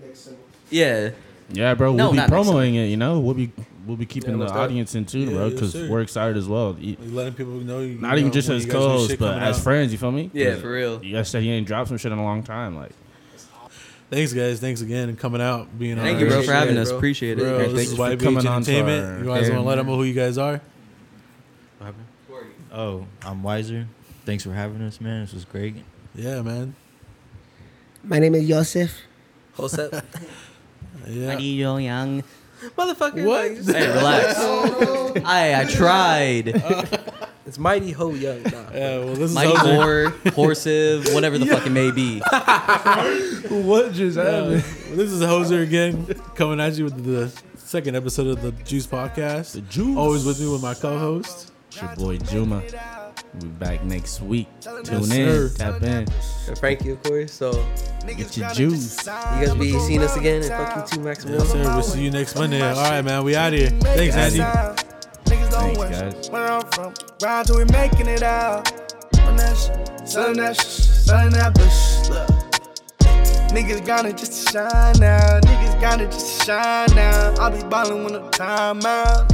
S6: Next symbol.
S7: yeah.
S3: Yeah, bro. We'll
S7: No,
S3: be
S7: not next
S3: promoting it. You know, we'll be we'll be keeping the
S2: what's that?
S3: audience in tune,
S2: Yeah,
S3: bro,
S2: yes,
S3: because
S2: sir.
S3: we're excited as well. You-
S2: You letting people know you.
S3: Not
S2: you
S3: even
S2: know,
S3: just
S2: when
S3: as
S2: you guys know
S3: co-hosts,
S2: shit
S3: but
S2: coming
S3: as
S2: out.
S3: friends. You feel me?
S7: Yeah, for real.
S3: You guys said you ain't dropped some shit in a long time. Like,
S2: Thanks, guys. Thanks again and coming out, being on.
S7: Thank
S2: our
S7: you, bro,
S2: shit.
S7: for having
S4: it,
S7: us.
S4: bro.
S7: Appreciate it.
S2: Bro,
S3: Hey,
S2: this
S3: thanks
S2: is
S3: for
S2: YBH
S3: coming on to
S2: Entertainment.
S3: our
S2: you guys want to let them know who you guys are?
S5: Oh, I'm wiser. Thanks for having us, man. This was great.
S2: Yeah, man.
S6: My name is Yosef.
S4: Whole set.
S2: Yeah.
S7: Yo, young.
S4: Motherfucker.
S2: What?
S4: like,
S7: Hey, relax. I, I tried.
S4: it's Mighty Ho Young. Nah.
S2: Yeah, well, this is
S7: Mighty
S2: Jose.
S7: Moore, Horsive, whatever the fuck it may be.
S2: What just happened? this is Hoser again, coming at you with the second episode of the Juice Podcast. The
S3: Juice.
S2: Always with me with my co-host.
S3: it's your boy Juma. We'll be back next week. Tune
S2: Yes,
S3: in,
S2: sir.
S3: tap in.
S4: And Frankie, of course. So you
S3: Get your juice.
S4: guys be seeing us again. And fuck you too, Maximum.
S2: Yes, sir. We'll see you next Monday. All right, man. We out here. Thanks, Andy.
S1: Niggas don't
S3: Thanks,
S1: wish
S3: guys.
S1: where I'm from. Grind till we making it out. Run that shit, selling that shit, selling that bush. Look. Niggas got it just to shine now. Niggas got it just to shine now. I'll be ballin' when I'm time out.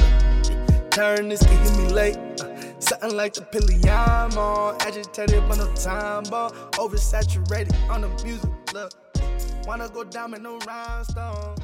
S1: Turn this can hit me late. Uh, Something like the Pilly I'm on. Agitated but no time ball. Oversaturated on the music. Look, wanna go diamond no rhinestone.